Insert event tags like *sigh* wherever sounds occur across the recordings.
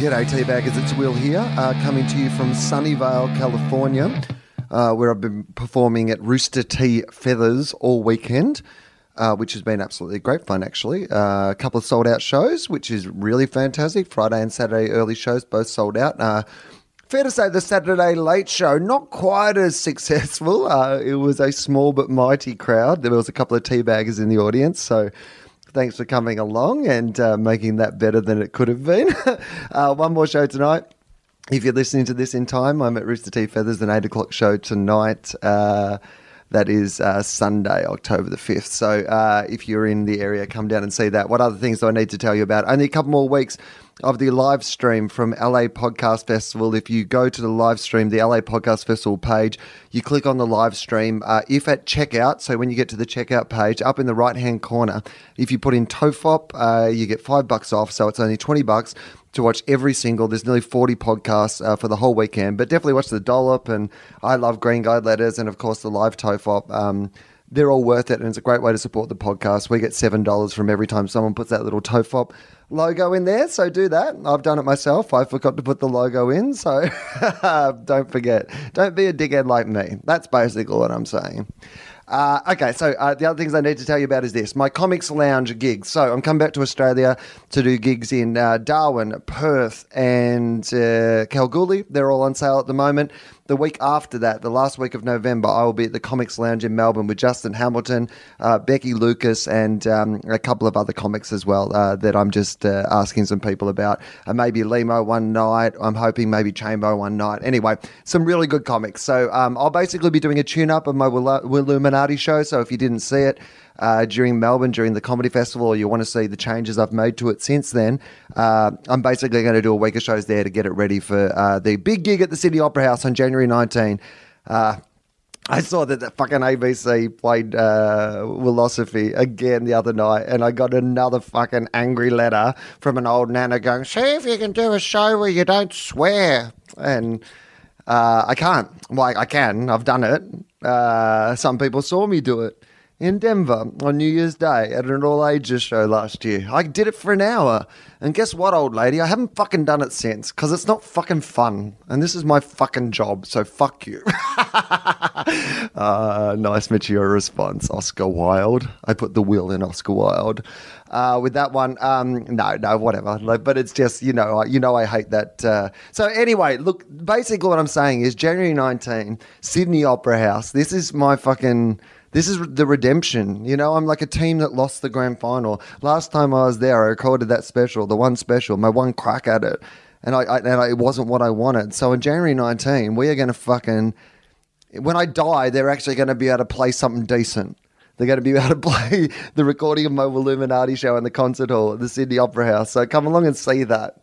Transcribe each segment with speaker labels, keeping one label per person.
Speaker 1: G'day, teabaggers. It's Will here, uh, coming to you from Sunnyvale, California, uh, where I've been performing at Rooster Tea Feathers all weekend, uh, which has been absolutely great fun, actually. Uh, a couple of sold out shows, which is really fantastic. Friday and Saturday early shows both sold out. Uh, Fair to say the Saturday Late Show, not quite as successful. *laughs* Uh, it was a small but mighty crowd. There was a couple of teabaggers in the audience, so thanks for coming along and uh, making that better than it could have been. *laughs* uh, one more show tonight. If you're listening to this in time, I'm at Rooster Teeth Feathers, an eight o'clock show tonight. Uh, that is uh, Sunday, October the 5th. So uh, if you're in the area, come down and see that. What other things do I need to tell you about? Only a couple more weeks of the live stream from LA Podcast Festival. If you go to the live stream, the LA Podcast Festival page, you click on the live stream. Uh, if at checkout, so when you get to the checkout page, up in the right hand corner, if you put in TOEFOP, uh, you get five bucks off. So it's only 20 bucks to watch every single. There's nearly 40 podcasts uh, for the whole weekend, but definitely watch the Dollop and I love Green Guide Letters and of course the live TOEFOP. Um, they're all worth it, and it's a great way to support the podcast. We get seven dollars from every time someone puts that little TOEFOP logo in there, so do that. I've done it myself. I forgot to put the logo in, so *laughs* don't forget. Don't be a dickhead like me. That's basically what I'm saying. Uh, okay, so uh, the other things I need to tell you about is this my Comics Lounge gigs. So I'm coming back to Australia to do gigs in uh, Darwin, Perth, and uh, Kalgoorlie. They're all on sale at the moment. The week after that, the last week of November, I will be at the Comics Lounge in Melbourne with Justin Hamilton, uh, Becky Lucas, and um, a couple of other comics as well uh, that I'm just uh, asking some people about. Uh, maybe Limo one night. I'm hoping maybe Chambo one night. Anyway, some really good comics. So um, I'll basically be doing a tune up of my Will- Willuminati show. So if you didn't see it, uh, during Melbourne during the comedy festival, or you want to see the changes I've made to it since then, uh, I'm basically going to do a week of shows there to get it ready for uh, the big gig at the City Opera House on January 19. Uh, I saw that the fucking ABC played uh, Philosophy again the other night, and I got another fucking angry letter from an old nana going, "See if you can do a show where you don't swear." And uh, I can't. Well, I can. I've done it. Uh, some people saw me do it in Denver on New Year's Day at an all ages show last year. I did it for an hour. And guess what, old lady? I haven't fucking done it since because it's not fucking fun. And this is my fucking job. So fuck you. *laughs* uh, nice mature response, Oscar Wilde. I put the will in Oscar Wilde. Uh, with that one, um, no, no, whatever. Like, but it's just you know, I, you know, I hate that. Uh, so anyway, look, basically, what I'm saying is January 19, Sydney Opera House. This is my fucking. This is the redemption. You know, I'm like a team that lost the grand final. Last time I was there, I recorded that special, the one special, my one crack at it, and I, I and I, it wasn't what I wanted. So on January 19, we are going to fucking when I die, they're actually going to be able to play something decent. They're going to be able to *laughs* play the recording of my Illuminati show in the concert hall at the Sydney Opera House. So come along and see that.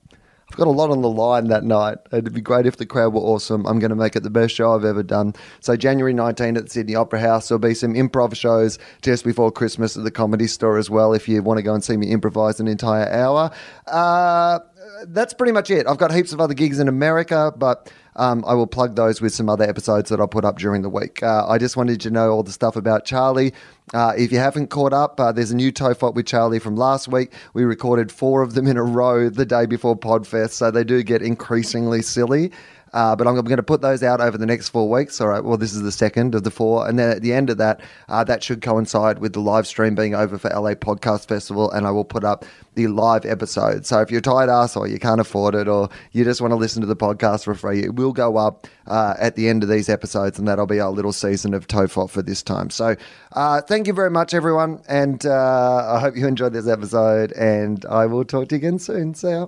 Speaker 1: I've got a lot on the line that night. It'd be great if the crowd were awesome. I'm going to make it the best show I've ever done. So January 19 at the Sydney Opera House. There'll be some improv shows just before Christmas at the Comedy Store as well. If you want to go and see me improvise an entire hour. Uh, that's pretty much it. I've got heaps of other gigs in America, but um, I will plug those with some other episodes that I'll put up during the week. Uh, I just wanted you to know all the stuff about Charlie. Uh, if you haven't caught up, uh, there's a new TOEFOP with Charlie from last week. We recorded four of them in a row the day before Podfest, so they do get increasingly silly. Uh, but I'm going to put those out over the next four weeks. All right. Well, this is the second of the four, and then at the end of that, uh, that should coincide with the live stream being over for LA Podcast Festival, and I will put up the live episode. So if you're tired ass, or you can't afford it, or you just want to listen to the podcast for free, it will go up uh, at the end of these episodes, and that'll be our little season of TOEFOP for this time. So uh, thank you very much, everyone, and uh, I hope you enjoyed this episode, and I will talk to you again soon. See ya.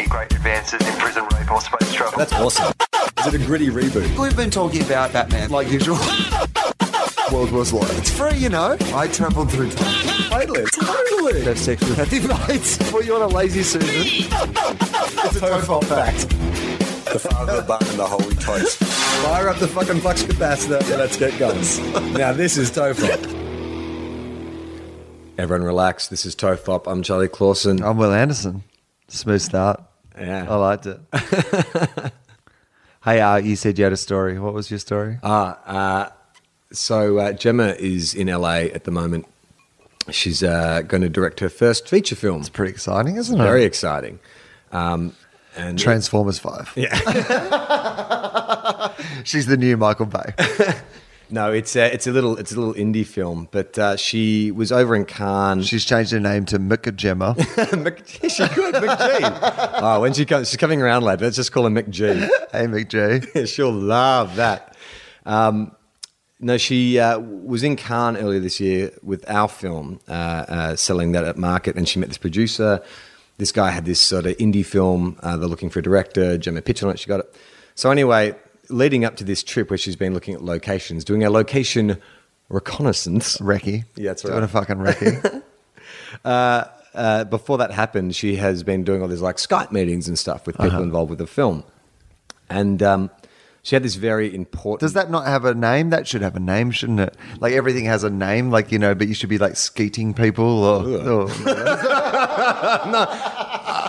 Speaker 2: great advances in prison rape or space travel.
Speaker 3: That's awesome. Is it a gritty reboot?
Speaker 1: We've been talking about Batman like usual. World Wars War. It's free, you know. I travelled through time.
Speaker 3: Totally. Totally.
Speaker 1: Have sex with happy mates. Well, you're on a lazy Susan. it's a total fact.
Speaker 3: The father of the bun and the holy toast.
Speaker 4: Fire up the fucking flux capacitor and let's get going. now, this is Tofop. Everyone relax. This is Tofop. I'm Charlie Clausen.
Speaker 1: I'm Will Anderson. Smooth start.
Speaker 4: Yeah.
Speaker 1: I liked
Speaker 4: *laughs*
Speaker 1: it. hey, uh, you said you had a story. What was your story?
Speaker 4: Uh, So, uh, Gemma is in LA at the moment. She's uh, going to direct her first feature film.
Speaker 1: Pretty exciting, isn't it?
Speaker 4: Very exciting. Um, and
Speaker 1: Transformers Five.
Speaker 4: Yeah.
Speaker 1: *laughs* She's the new Michael Bay.
Speaker 4: No, it's a, it's a little it's a little indie film, but uh, she was over in Cannes.
Speaker 1: She's changed her name to Micka Gemma.
Speaker 4: *laughs* Mc, *laughs* she could McG. oh, when she comes, she's coming around later. Let's just call her McG.
Speaker 1: hey, McG.
Speaker 4: *laughs* She'll love that. Um, no, she uh, was in Cannes earlier this year with our film, uh, uh, selling that at market, and she met this producer. This guy had this sort of indie film. Uh, they're looking for a director. Gemma pitched on it. She got it. So anyway, leading up to this trip, where she's been looking at locations, doing a location reconnaissance.
Speaker 1: Recky.
Speaker 4: Yeah, that's
Speaker 1: Doing
Speaker 4: right.
Speaker 1: a fucking
Speaker 4: *laughs*
Speaker 1: recce.
Speaker 4: uh, before that happened, she has been doing all these like Skype meetings and stuff with people involved with the film, and um, she had this very important.
Speaker 1: Does that not have a name? That should have a name, shouldn't it? Like everything has a name, like, you know, but you should be like skeeting people or. or- *laughs*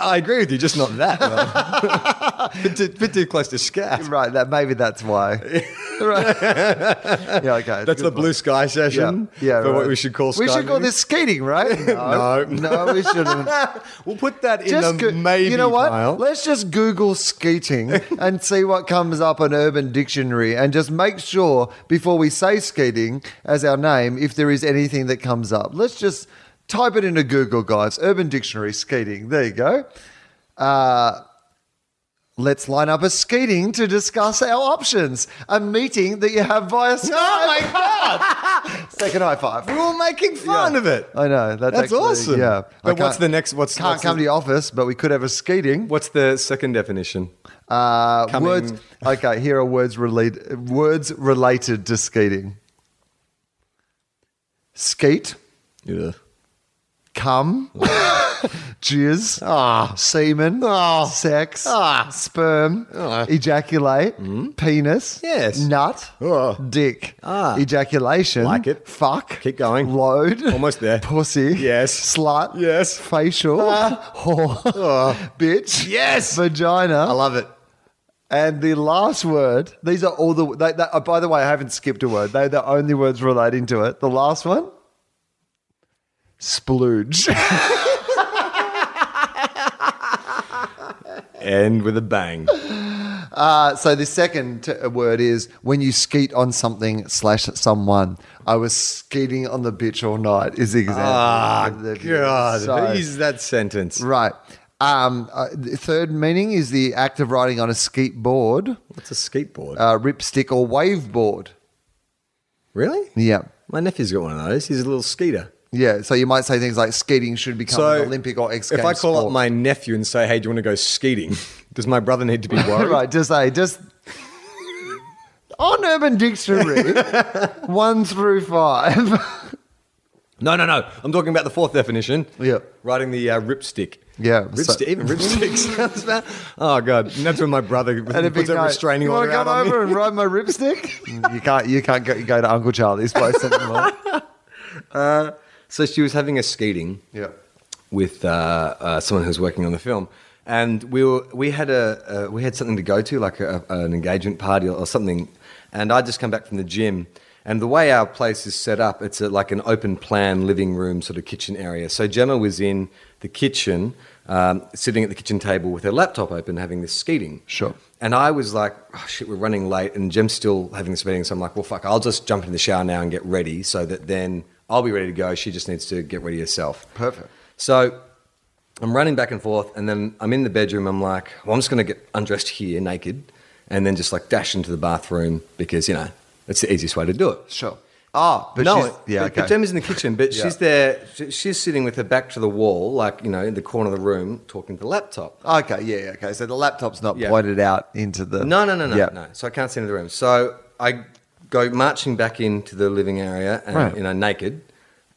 Speaker 4: I agree with you, just not that.
Speaker 1: *laughs*
Speaker 4: bit, too, bit too close to scat.
Speaker 1: right, that maybe that's
Speaker 4: *laughs*
Speaker 1: why. *laughs* right. Yeah, okay.
Speaker 4: That's the
Speaker 1: Good
Speaker 4: blue
Speaker 1: point.
Speaker 4: sky session.
Speaker 1: Yeah, yeah
Speaker 4: for what
Speaker 1: right.
Speaker 4: we should call.
Speaker 1: We
Speaker 4: Sky
Speaker 1: should call this
Speaker 4: meetings.
Speaker 1: skeeting, right?
Speaker 4: *laughs* No.
Speaker 1: no, we shouldn't.
Speaker 4: We'll put that *laughs* in
Speaker 1: Just
Speaker 4: the
Speaker 1: go-
Speaker 4: maybe.
Speaker 1: you know what?
Speaker 4: pile.
Speaker 1: Let's just Google
Speaker 4: *laughs*
Speaker 1: skeeting and see what comes up on Urban Dictionary, and just make sure before we say skeeting as our name, if there is anything that comes up. Let's just type it into Google, guys. Urban Dictionary skeeting. There you go. Uh, let's line up a skeeting to discuss our options. A meeting that you have
Speaker 4: *laughs*
Speaker 1: via Skype. Oh my god! *laughs* Second high five.
Speaker 4: We're all making fun
Speaker 1: Yeah.
Speaker 4: of it.
Speaker 1: I know. That's,
Speaker 4: That's
Speaker 1: actually-
Speaker 4: awesome.
Speaker 1: Yeah. I
Speaker 4: But what's
Speaker 1: can't-
Speaker 4: the next? What's
Speaker 1: Can't
Speaker 4: what's
Speaker 1: come to
Speaker 4: the,
Speaker 1: your office, but we could have a skeeting.
Speaker 4: What's the second definition?
Speaker 1: Uh,
Speaker 4: Coming-
Speaker 1: words. Okay, here are words related. Words related to skeeting. Skeet,
Speaker 4: Yeah.
Speaker 1: cum, *laughs* jizz,
Speaker 4: Ah.
Speaker 1: semen, sex, sperm, ejaculate, penis,
Speaker 4: Ah. Hmm? Yes.
Speaker 1: nut,
Speaker 4: Ah.
Speaker 1: dick,
Speaker 4: Ah.
Speaker 1: ejaculation,
Speaker 4: Like it.
Speaker 1: fuck,
Speaker 4: Keep going.
Speaker 1: load,
Speaker 4: Almost there.
Speaker 1: pussy,
Speaker 4: Yes.
Speaker 1: slut,
Speaker 4: Yes. Ah.
Speaker 1: facial, whore, bitch,
Speaker 4: Yes.
Speaker 1: vagina.
Speaker 4: I love it.
Speaker 1: And the last word, these are all the. They, they, oh, by the way, I haven't skipped a word. They're the only words relating to it. The last one, splooge.
Speaker 4: And with a bang.
Speaker 1: Uh, so the second t- word is when you skeet on something slash someone. I was skeeting on the bitch all night. Is the example.
Speaker 4: Ah,
Speaker 1: of the-
Speaker 4: God.
Speaker 1: So-
Speaker 4: Use that sentence.
Speaker 1: right. Um, uh, the third meaning is the act of riding on a skeet board,
Speaker 4: What's a skateboard?
Speaker 1: uh, ripstick, or waveboard.
Speaker 4: really?
Speaker 1: Yeah.
Speaker 4: My nephew's got one of those. He's a little skeeter.
Speaker 1: Yeah, so you might say things like skating should become an Olympic or X Games.
Speaker 4: If I call
Speaker 1: sport.
Speaker 4: up my nephew and say, "Hey, do you want to go skeeting?" *laughs* Does my brother need
Speaker 1: *laughs*
Speaker 4: to be worried?
Speaker 1: right, just say just *laughs* on Urban
Speaker 4: *laughs*
Speaker 1: Dictionary one through five. *laughs*
Speaker 4: No, no, no. I'm talking about the fourth definition.
Speaker 1: Yeah.
Speaker 4: Writing the uh, ripstick.
Speaker 1: Yeah,
Speaker 4: Ripstick.
Speaker 1: so-
Speaker 4: even ripstick *laughs* sounds bad. Oh god, and that's when my brother
Speaker 1: *laughs* it'd be
Speaker 4: puts a
Speaker 1: no,
Speaker 4: restraining
Speaker 1: you wanna
Speaker 4: order out
Speaker 1: come
Speaker 4: on
Speaker 1: over
Speaker 4: me.
Speaker 1: and ride my *laughs* ripstick. Mm, you can't. You can't go, go to Uncle Charlie's *laughs* place anymore.
Speaker 4: So she was having a skeeting
Speaker 1: yeah.
Speaker 4: with uh, uh, someone who's working on the film, and we were, we had a uh, we had something to go to, like a, an engagement party or, or something, and I just come back from the gym. And the way our place is set up, it's a, like an open plan living room sort of kitchen area. So Gemma was in the kitchen, um, sitting at the kitchen table with her laptop open, having this skeeting.
Speaker 1: Sure.
Speaker 4: And I was like, oh, shit, we're running late, and Jem's still having this meeting. So I'm like, well, fuck, I'll just jump into the shower now and get ready so that then I'll be ready to go. She just needs to get ready herself.
Speaker 1: Perfect.
Speaker 4: So I'm running back and forth, and then I'm in the bedroom. I'm like, well, I'm just going to get undressed here naked and then just like dash into the bathroom because, you know, it's the easiest way to do it.
Speaker 1: Sure. Oh, but
Speaker 4: no,
Speaker 1: she's, yeah.
Speaker 4: but,
Speaker 1: Okay.
Speaker 4: but Gemma's in the kitchen,
Speaker 1: *laughs*
Speaker 4: but
Speaker 1: Yeah.
Speaker 4: she's there. she- She's sitting with her back to the wall, like, you know, in the corner of the room, talking to the laptop.
Speaker 1: okay. Yeah. yeah, Okay. So the laptop's not
Speaker 4: Yeah.
Speaker 1: pointed out into the.
Speaker 4: No, no, no, no,
Speaker 1: Yeah.
Speaker 4: no. So I can't see into the room. So I go marching back into the living area and
Speaker 1: Right.
Speaker 4: you know naked,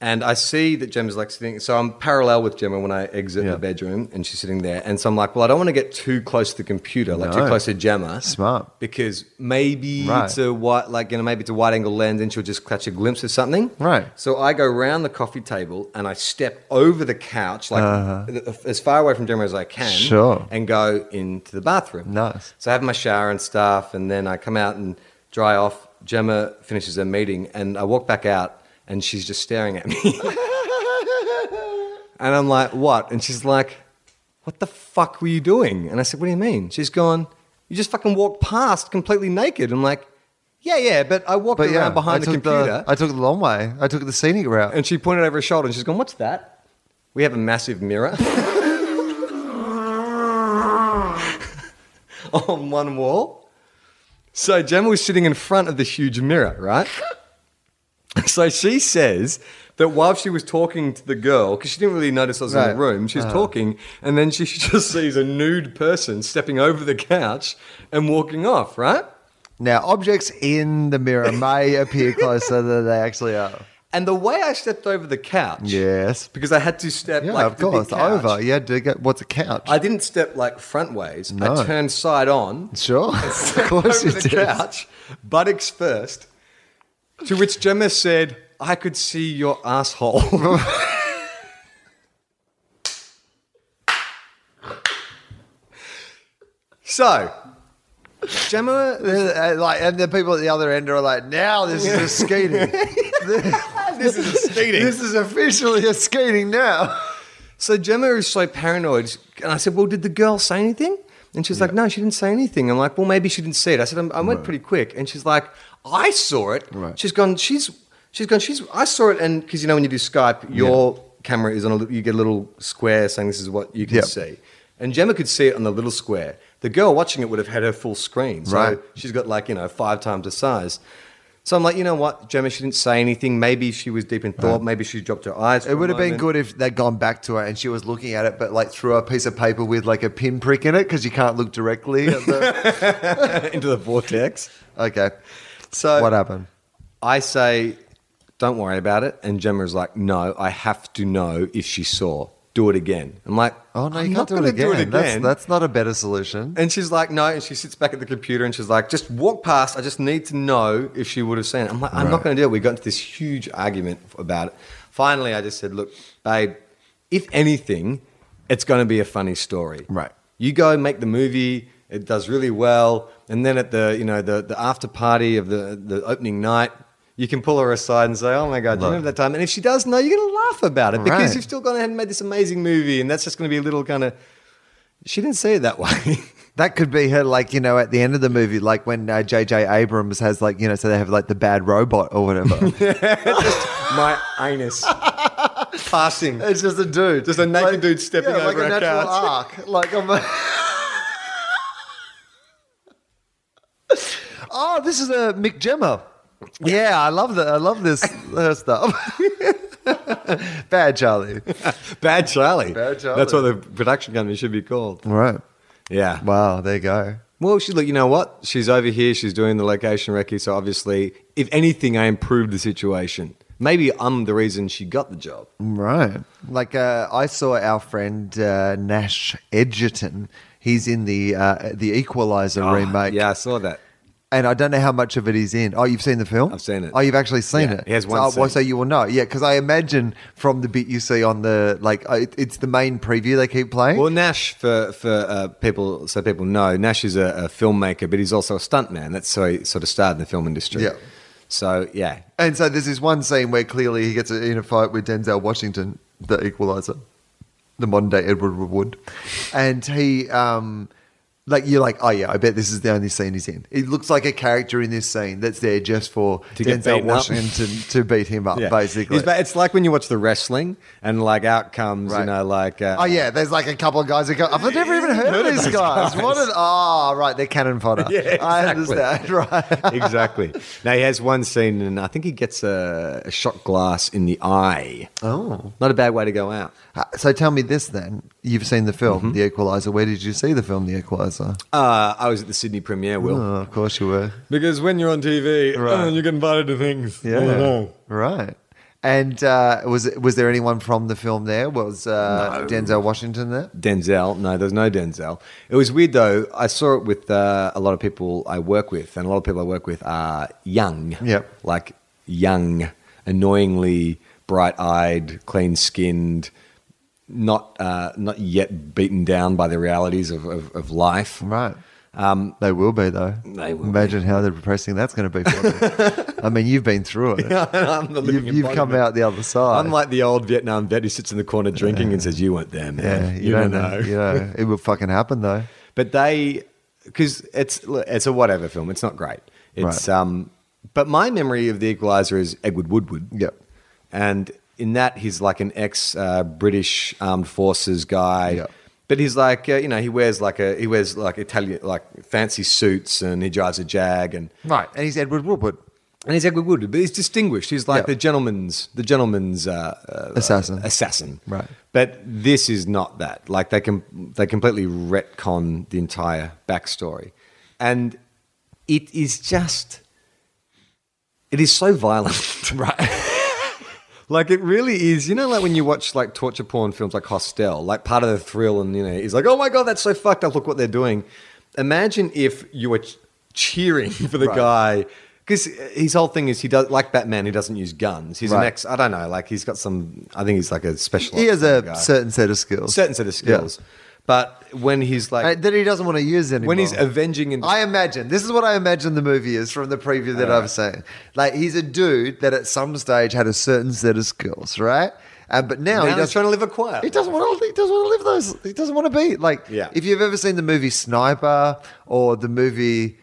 Speaker 4: And I see that Gemma's like sitting, so I'm parallel with Gemma when I exit
Speaker 1: Yeah.
Speaker 4: the bedroom and she's sitting there. And so I'm like, well, I don't want to get too close to the computer, like
Speaker 1: No.
Speaker 4: too close to Gemma.
Speaker 1: Smart.
Speaker 4: Because maybe
Speaker 1: Right.
Speaker 4: it's a wide, like, you know, maybe it's a wide angle lens and she'll just catch a glimpse of something.
Speaker 1: Right.
Speaker 4: So I go round the coffee table and I step over the couch, like as far away from Gemma as I can.
Speaker 1: Uh-huh. Sure.
Speaker 4: Mm. And go into the bathroom.
Speaker 1: Nice.
Speaker 4: So I have my shower and stuff, and then I come out and dry off. Gemma finishes her meeting, and I walk back out, and she's just staring
Speaker 1: *laughs*
Speaker 4: at me. and I'm like, what? And she's like, what the fuck were you doing? And I said, what do you mean? She's gone, you just fucking walked past completely naked. I'm like, yeah, yeah, but I walked
Speaker 1: But
Speaker 4: around
Speaker 1: yeah,
Speaker 4: behind
Speaker 1: I
Speaker 4: the
Speaker 1: took
Speaker 4: computer.
Speaker 1: I took the long way. I took the scenic route.
Speaker 4: *laughs* and she pointed over her shoulder, and she's gone, what's that? We have a massive mirror. *laughs* on one wall. So Gemma was sitting in front of this huge mirror, right? *laughs* so she says that while she was talking to the girl, because she didn't really notice I was in
Speaker 1: Right. Uh-huh.
Speaker 4: the room, she's talking, and then she *laughs* just sees a nude person stepping over the couch and walking off, right?
Speaker 1: Now, objects in the mirror
Speaker 4: *laughs*
Speaker 1: may appear closer than they actually are.
Speaker 4: And the way I stepped over the couch,
Speaker 1: Yes.
Speaker 4: because I had to step
Speaker 1: Yeah,
Speaker 4: like
Speaker 1: of
Speaker 4: the big
Speaker 1: course.
Speaker 4: couch.
Speaker 1: Over. You had to get what's a couch?
Speaker 4: I didn't step like front ways.
Speaker 1: No.
Speaker 4: I turned side on. *laughs*
Speaker 1: sure. of course
Speaker 4: over
Speaker 1: you
Speaker 4: the
Speaker 1: did.
Speaker 4: couch, buttocks first. To which Gemma said, "I could see your asshole." *laughs* so, Gemma,
Speaker 1: And, like, and the people at the other end are like, now this is a skating.
Speaker 4: *laughs* this is a stealing.
Speaker 1: this is officially a skating now.
Speaker 4: So Gemma is so paranoid. And I said, Well, did the girl say anything? And she's like, No, she didn't say anything. I'm like, Well, maybe she didn't see it. I said, I'm- I went pretty quick. And she's like, I saw it.
Speaker 1: Right.
Speaker 4: She's gone, She's, she's gone, She's, I saw it. And because you know, when you do Skype, your camera is on a, li- you get a little square saying this is what you can
Speaker 1: Yep.
Speaker 4: see. And Gemma could see it on the little square. The girl watching it would have had her full screen. So
Speaker 1: Right.
Speaker 4: she's got like, you know, five times the size. So I'm like, you know what, Gemma, she didn't say anything. Maybe she was deep in thought. Maybe she dropped her eyes. for
Speaker 1: It
Speaker 4: a
Speaker 1: would have been
Speaker 4: moment.
Speaker 1: good if they'd gone back to her and she was looking at it, but like through a piece of paper with like a pinprick in it because you can't look directly at
Speaker 4: *laughs*
Speaker 1: the.
Speaker 4: into the vortex.
Speaker 1: okay.
Speaker 4: So
Speaker 1: what happened?
Speaker 4: I say, don't worry about it. And Gemma's like, no, I have to know if she saw. Do it again. I'm like,
Speaker 1: Oh, no, you
Speaker 4: I'm
Speaker 1: can't
Speaker 4: not
Speaker 1: do it,
Speaker 4: gonna
Speaker 1: again. That's, that's not a better solution.
Speaker 4: and she's like, no. And she sits back at the computer and she's like, just walk past. I just need to know if she would have seen it. I'm like, I'm not going to do it. We got into this huge argument about it. Finally, I just said, look, babe, if anything, it's going to be a funny story.
Speaker 1: Right.
Speaker 4: You go make the movie. It does really well. And then at the, you know, the, the after party of the, the opening night, you can pull her aside and say, oh my God, do you
Speaker 1: Look.
Speaker 4: remember that time? And if she does know, you're going to laugh about it because
Speaker 1: Right.
Speaker 4: you've still gone ahead and made this amazing movie. And that's just going to be a little kind of, she didn't say it that *laughs* way.
Speaker 1: That could be her, like you know, at the end of the movie, like when uh, J.J. Abrams has, like you know, so they have like the bad robot or
Speaker 4: *laughs*
Speaker 1: whatever.
Speaker 4: my anus *laughs* passing.
Speaker 1: it's just a dude,
Speaker 4: Just a naked dude stepping
Speaker 1: yeah, like
Speaker 4: over
Speaker 1: a
Speaker 4: a
Speaker 1: natural
Speaker 4: couch.
Speaker 1: arc. Like I'm.
Speaker 4: *laughs*
Speaker 1: A- oh, this is a Mick Jemmer. Yeah, I love that. I love
Speaker 4: *laughs*
Speaker 1: this her stuff. *laughs* bad Charlie.
Speaker 4: *laughs* Bad Charlie.
Speaker 1: Bad Charlie.
Speaker 4: That's what the production company should be called.
Speaker 1: Right.
Speaker 4: Yeah.
Speaker 1: Wow. There you go.
Speaker 4: Well, she look. You know what? She's over here. She's doing the location recce. So obviously, if anything, I improved the situation. Maybe I'm the reason she got the job.
Speaker 1: Right. Like uh, I saw our friend uh, Nash Edgerton. He's in the uh, the Equalizer remake.
Speaker 4: Oh, Yeah, I saw that.
Speaker 1: And I don't know how much of it he's in. Oh, you've seen the film?
Speaker 4: I've seen it.
Speaker 1: Oh, you've actually seen
Speaker 4: Yeah,
Speaker 1: it.
Speaker 4: he has
Speaker 1: So-
Speaker 4: one
Speaker 1: oh, well,
Speaker 4: scene.
Speaker 1: so you will know. Yeah, because I imagine from the bit you see on the like, uh, it, it's the main preview they keep playing.
Speaker 4: Well, Nash, for for uh, people, so people know, Nash is a, a filmmaker, but he's also a stuntman. That's how he sort of started in the film industry.
Speaker 1: Yeah.
Speaker 4: So yeah,
Speaker 1: and so there's this one scene where clearly he gets in a fight with Denzel Washington, the Equalizer, the modern day Edward Wood, and he. Um, like you're like, oh yeah, I bet this is the only scene he's in. It looks like a character in this scene that's there just for
Speaker 4: To get
Speaker 1: Denzel
Speaker 4: beaten up.
Speaker 1: Washington to beat him up,
Speaker 4: *laughs* Yeah.
Speaker 1: basically.
Speaker 4: It's, ba- it's like when you watch the wrestling and like out comes,
Speaker 1: Right.
Speaker 4: you know, like uh,
Speaker 1: Oh yeah, there's like a couple of guys that go. I've never even heard, of these guys. What an ah, right? They're cannon fodder.
Speaker 4: *laughs* Yeah,
Speaker 1: I
Speaker 4: exactly.
Speaker 1: understand. *laughs* Right?
Speaker 4: *laughs* exactly. Now he has one scene, and I think he gets a, a shot glass in the eye.
Speaker 1: Oh,
Speaker 4: Not a bad way to go out.
Speaker 1: Uh, so tell me this then. You've seen the film
Speaker 4: Mm-hmm.
Speaker 1: The Equalizer. Where did you see the film The Equalizer?
Speaker 4: Uh, I was at the Sydney premiere, Will.
Speaker 1: Oh, of course you were.
Speaker 4: Because when you're on TV,
Speaker 1: Right.
Speaker 4: you get invited to things.
Speaker 1: Yeah, right. And uh, was was there anyone from the film there? Was uh,
Speaker 4: No.
Speaker 1: Denzel Washington there?
Speaker 4: Denzel. No, there's no Denzel. It was weird though. I saw it with uh, a lot of people I work with, and a lot of people I work with are young.
Speaker 1: Yep.
Speaker 4: Like young, annoyingly bright-eyed, clean-skinned, not uh, not yet beaten down by the realities of, of, of life.
Speaker 1: Right. they will be though.
Speaker 4: Um, They will
Speaker 1: Imagine how depressing that's going to be for
Speaker 4: *laughs*
Speaker 1: them. I mean, you've been through it.
Speaker 4: *laughs* I'm the living
Speaker 1: you've you've come
Speaker 4: embodiment.
Speaker 1: out the other side.
Speaker 4: I'm like the old Vietnam vet who sits in the corner drinking and says, "You weren't there,
Speaker 1: yeah,
Speaker 4: man.
Speaker 1: you, don't know. You know, it will fucking happen
Speaker 4: *laughs*
Speaker 1: though.
Speaker 4: but they because it's look, it's a whatever film. It's not great. It's
Speaker 1: Right.
Speaker 4: um, but my memory of The Equalizer is Edward Woodward.
Speaker 1: Yep.
Speaker 4: and in that he's like an ex uh, British armed forces guy.
Speaker 1: Yep.
Speaker 4: But he's like, uh, you know, he wears like a he wears like Italian like fancy suits, and he drives a Jag, and
Speaker 1: Right. And he's Edward Woodward.
Speaker 4: and he's Edward Woodward, but he's distinguished. He's like
Speaker 1: Yeah.
Speaker 4: the gentleman's the gentleman's uh, uh,
Speaker 1: Assassin.
Speaker 4: assassin,
Speaker 1: Right.
Speaker 4: But this is not that. Like they can they completely retcon the entire backstory, and it is just it is so
Speaker 1: *laughs*
Speaker 4: violent, right? Like it really is, you know, like when you watch like torture porn films like Hostel, like part of the thrill, and you know, it's like, oh my god, that's so fucked up. Look what they're doing. Imagine if you were ch- cheering *laughs* for the guy because his whole thing is he does like Batman. He doesn't use guns. He's an
Speaker 1: Right.
Speaker 4: ex. I don't know. Like he's got some. I think he's like a special.
Speaker 1: He
Speaker 4: ops
Speaker 1: has a
Speaker 4: guy.
Speaker 1: certain set of skills.
Speaker 4: certain set of
Speaker 1: Yeah.
Speaker 4: skills, but when he's like
Speaker 1: Uh, that he doesn't want to use anymore.
Speaker 4: when he's avenging and
Speaker 1: I imagine this is what I imagine the movie is from the preview that I've seen. Like he's a dude that at some stage had a certain set of skills, right? And but now,
Speaker 4: now
Speaker 1: he
Speaker 4: he's
Speaker 1: doesn't
Speaker 4: trying to live a quiet.
Speaker 1: He doesn't want to. He doesn't want to live those. He doesn't want to be like.
Speaker 4: Yeah.
Speaker 1: If you've ever seen the movie Sniper or the movie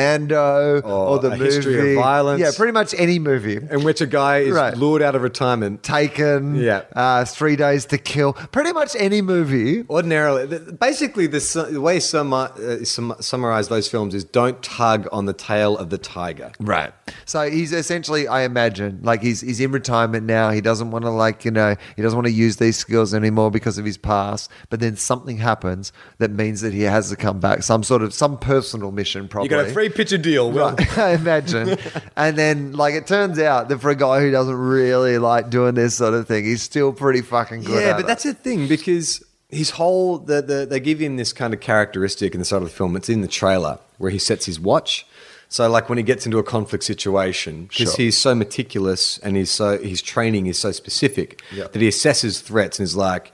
Speaker 1: Commando or, the
Speaker 4: A
Speaker 1: movie
Speaker 4: History of Violence.
Speaker 1: yeah, pretty much any movie.
Speaker 4: in which a guy is
Speaker 1: Right.
Speaker 4: lured out of retirement
Speaker 1: Taken.
Speaker 4: Yeah.
Speaker 1: Uh, Three Days to Kill. Pretty much any movie.
Speaker 4: Ordinarily, th- basically, the, su- the way some uh, sum- summarize those films is don't tug on the tail of the tiger.
Speaker 1: Right. So he's essentially, I imagine, like he's he's in retirement now. He doesn't want to like you know he doesn't want to use these skills anymore because of his past. But then something happens that means that he has to come back. Some sort of some personal mission probably.
Speaker 4: You got a three picture deal. Well,
Speaker 1: Right, *laughs* I imagine. and then, like, it turns out that for a guy who doesn't really like doing this sort of thing, he's still pretty fucking good.
Speaker 4: yeah,
Speaker 1: at
Speaker 4: but
Speaker 1: it.
Speaker 4: that's the thing because his whole the, the they give him this kind of characteristic in the start of the film. It's in the trailer where he sets his watch. So like when he gets into a conflict situation, because
Speaker 1: Sure.
Speaker 4: he's so meticulous and he's so his training is so specific
Speaker 1: Yeah.
Speaker 4: that he assesses threats and is like,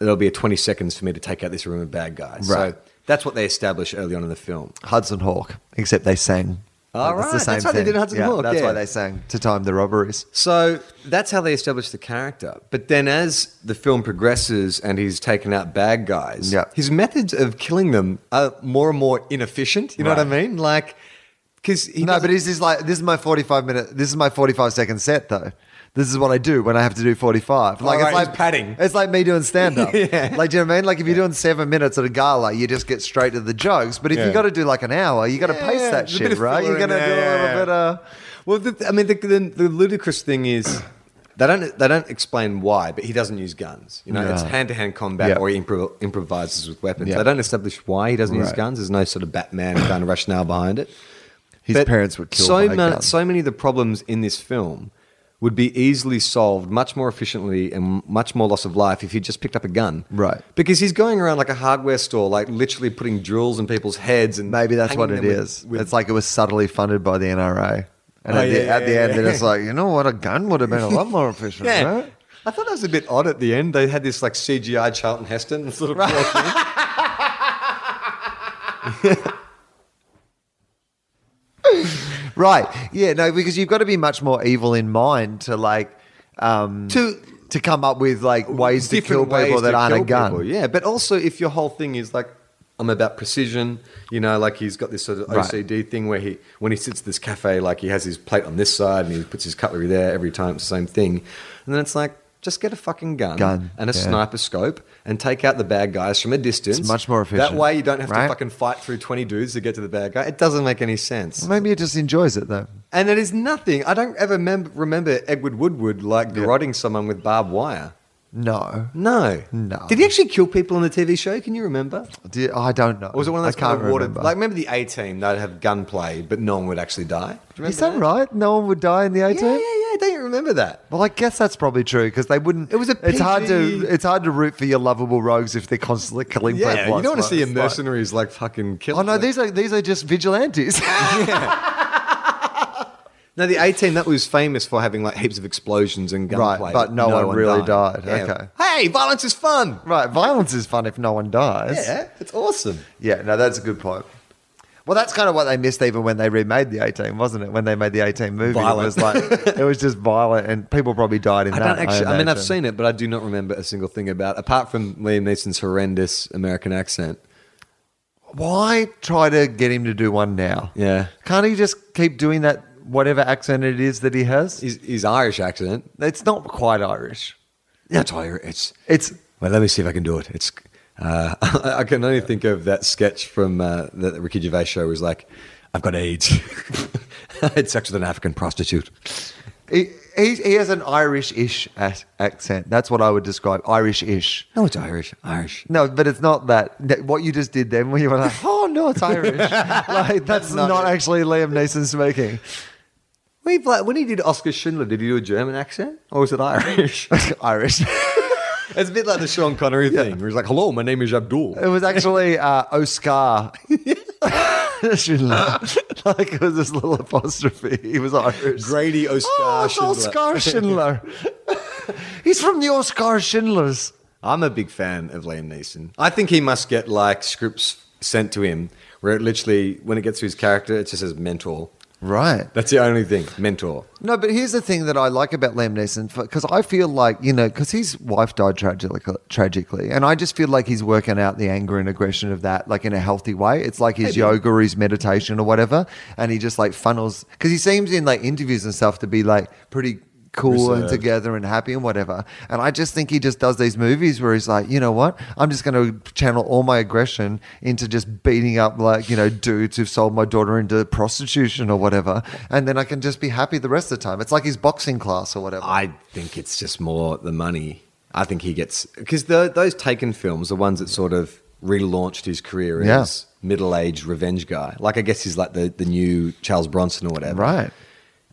Speaker 4: "There'll be a twenty seconds for me to take out this room of bad guys."
Speaker 1: Right.
Speaker 4: So that's what they establish early on in the film.
Speaker 1: Hudson Hawk, except they sang.
Speaker 4: All
Speaker 1: Like, it's
Speaker 4: right, that's why they did Hudson
Speaker 1: yeah,
Speaker 4: Hawk,
Speaker 1: That's
Speaker 4: yeah.
Speaker 1: why they sang to time the robberies.
Speaker 4: So that's how they establish the character. But then as the film progresses and he's taken out bad guys,
Speaker 1: Yeah.
Speaker 4: his methods of killing them are more and more inefficient. You know what I mean? Like, because he
Speaker 1: no, but
Speaker 4: doesn't-
Speaker 1: he's just like, this is my 45 minute, this is my 45 second set, though. This is what I do when I have to do 45. Like,
Speaker 4: All right,
Speaker 1: it's like
Speaker 4: he's padding.
Speaker 1: It's like me doing stand
Speaker 4: *laughs*
Speaker 1: up. Like, do you know what I mean? Like, if you're doing seven minutes at a gala, you just get straight to the jokes. But if
Speaker 4: Yeah.
Speaker 1: you got to do like an hour, you got to
Speaker 4: Yeah,
Speaker 1: pace that
Speaker 4: there's a bit
Speaker 1: shit,
Speaker 4: of
Speaker 1: right? You're
Speaker 4: filler
Speaker 1: going
Speaker 4: in
Speaker 1: to do a
Speaker 4: there,
Speaker 1: little
Speaker 4: yeah.
Speaker 1: bit of.
Speaker 4: well, the, I mean, the, the, the ludicrous thing is they don't they don't explain why, but he doesn't use guns. You know, it's
Speaker 1: No.
Speaker 4: hand to hand combat
Speaker 1: Yeah.
Speaker 4: or he impro- improvises with weapons.
Speaker 1: Yeah.
Speaker 4: They don't establish why he doesn't use
Speaker 1: Right.
Speaker 4: guns. There's no sort of Batman kind of rationale behind it.
Speaker 1: His
Speaker 4: But
Speaker 1: parents were killed
Speaker 4: So
Speaker 1: by a
Speaker 4: ma-
Speaker 1: gun.
Speaker 4: so many of the problems in this film would be easily solved much more efficiently and much more loss of life if he just picked up a gun.
Speaker 1: Right.
Speaker 4: Because he's going around like a hardware store, like literally putting drills in people's heads and
Speaker 1: Maybe that's what
Speaker 4: hanging
Speaker 1: it
Speaker 4: them
Speaker 1: is.
Speaker 4: With, with,
Speaker 1: it's like it was subtly funded by the NRA. And
Speaker 4: Oh,
Speaker 1: at, the,
Speaker 4: yeah,
Speaker 1: at the
Speaker 4: yeah,
Speaker 1: end,
Speaker 4: yeah.
Speaker 1: then it's like, you know what? A gun would have been a lot more efficient,
Speaker 4: *laughs* yeah.
Speaker 1: right?
Speaker 4: I thought that was a bit odd at the end. They had this like CGI
Speaker 1: *laughs*
Speaker 4: Charlton Heston sort of walk in.
Speaker 1: Right. Yeah, no, because you've got to be much more evil in mind to like um
Speaker 4: To-
Speaker 1: to come up with like ways to kill
Speaker 4: Different ways
Speaker 1: people that
Speaker 4: to
Speaker 1: aren't a
Speaker 4: kill
Speaker 1: gun.
Speaker 4: people, Yeah, but also if your whole thing is like I'm about precision, you know, like he's got this sort of
Speaker 1: Right.
Speaker 4: OCD thing where he when he sits at this cafe, like he has his plate on this side and he puts his cutlery there every time, it's the same thing, and then it's like. Just get a fucking gun,
Speaker 1: Gun,
Speaker 4: and a
Speaker 1: yeah.
Speaker 4: sniper scope and take out the bad guys from a distance.
Speaker 1: It's much more efficient,
Speaker 4: That way you don't have
Speaker 1: right?
Speaker 4: to fucking fight through 20 dudes to get to the bad guy. It doesn't make any sense.
Speaker 1: Maybe it just enjoys it though.
Speaker 4: And it is nothing. I don't ever mem- remember Edward Woodward like garroting someone with barbed wire.
Speaker 1: No.
Speaker 4: No.
Speaker 1: No.
Speaker 4: Did he actually kill people on the TV show? Can you remember?
Speaker 1: Do you- I don't know.
Speaker 4: Or was it one of those
Speaker 1: I can't
Speaker 4: kind of water?
Speaker 1: remember.
Speaker 4: Like, remember the A team? They'd have gunplay, but no one would actually die. Do you remember
Speaker 1: Is that right? No one would die in the 18?
Speaker 4: Yeah, yeah, yeah. Don't you remember that.
Speaker 1: Well, I guess that's probably true because they wouldn't.
Speaker 4: It was a
Speaker 1: It's hard to.
Speaker 4: PG.
Speaker 1: It's hard to root for your lovable rogues if they're constantly killing.
Speaker 4: Yeah,
Speaker 1: people.
Speaker 4: you don't want to see a
Speaker 1: It's like-
Speaker 4: mercenaries like fucking kill.
Speaker 1: Oh no,
Speaker 4: like-
Speaker 1: these are these are just vigilantes. *laughs*
Speaker 4: No, the 18 that was famous for having like heaps of explosions and
Speaker 1: Right,
Speaker 4: gunplay,
Speaker 1: but no one really died.
Speaker 4: Okay. Hey, violence is fun.
Speaker 1: right, violence is fun if no one dies.
Speaker 4: Yeah, it's awesome.
Speaker 1: Yeah, no, that's a good point. Well, that's kind of what they missed even when they remade the 18, wasn't it? When they made the 18 movie,
Speaker 4: Violent.
Speaker 1: it was like it was just violent, and people probably died in
Speaker 4: I
Speaker 1: that.
Speaker 4: don't actually. I mean, I've
Speaker 1: imagine.
Speaker 4: seen it, but I do not remember a single thing about apart from Liam Neeson's horrendous American accent.
Speaker 1: Why try to get him to do one now?
Speaker 4: Yeah.
Speaker 1: can't he just keep doing that? Whatever accent it is that he has,
Speaker 4: His, his Irish accent.
Speaker 1: it's not quite Irish.
Speaker 4: Yeah, it's Irish. It's.
Speaker 1: It's
Speaker 4: Well, let me see if I can do it. It's. Uh, *laughs* I can only think of that sketch from uh, that the Ricky Gervais show was like, "I've got AIDS. *laughs* I had sex with an African prostitute."
Speaker 1: he, he, he has an Irish-ish ac- accent. That's what I would describe Irish-ish.
Speaker 4: No, it's Irish. Irish.
Speaker 1: No, but it's not that. That- What you just did then, when you were like, "Oh no, *laughs* it's Irish," like that's not, actually Liam Neeson speaking.
Speaker 4: We've like, when he did Oscar Schindler, did he do a German accent or was
Speaker 1: *laughs*
Speaker 4: it Irish?
Speaker 1: Oh, Irish.
Speaker 4: it's a bit like the Sean *laughs* Connery thing, where he's like, "Hello, my name is Abdul."
Speaker 1: It was actually uh, *laughs* Oscar. Schindler. like it was this little apostrophe. He was Irish.
Speaker 4: Grady Oscar
Speaker 1: Oh, it's
Speaker 4: Schindler.
Speaker 1: Oscar Schindler. *laughs* He's from the Oscar Schindlers.
Speaker 4: I'm a big fan of Liam Neeson. I think he must get like scripts sent to him where it literally, when it gets to his character, it just says mentor.
Speaker 1: Right.
Speaker 4: That's the only thing, mentor.
Speaker 1: No, but here's the thing that I like about Liam Neeson because I feel like you know because his wife died tragically, tragically, and I just feel like he's working out the anger and aggression of that like in a healthy way. It's like his yoga or his meditation or whatever, and he just like funnels because he seems in like interviews and stuff to be like pretty cool and
Speaker 4: Reserved.
Speaker 1: together and happy and whatever. And I just think he just does these movies where he's like, you know what, I'm just going to channel all my aggression into just beating up like you know dudes who've sold my daughter into prostitution or whatever, and then I can just be happy the rest of the time. It's like his boxing class or whatever.
Speaker 4: I think it's just more the money. I think he gets because those Taken films, the ones that sort of relaunched his career
Speaker 1: Yeah.
Speaker 4: as middle-aged revenge guy. Like I guess he's like the the new Charles Bronson or whatever.
Speaker 1: right.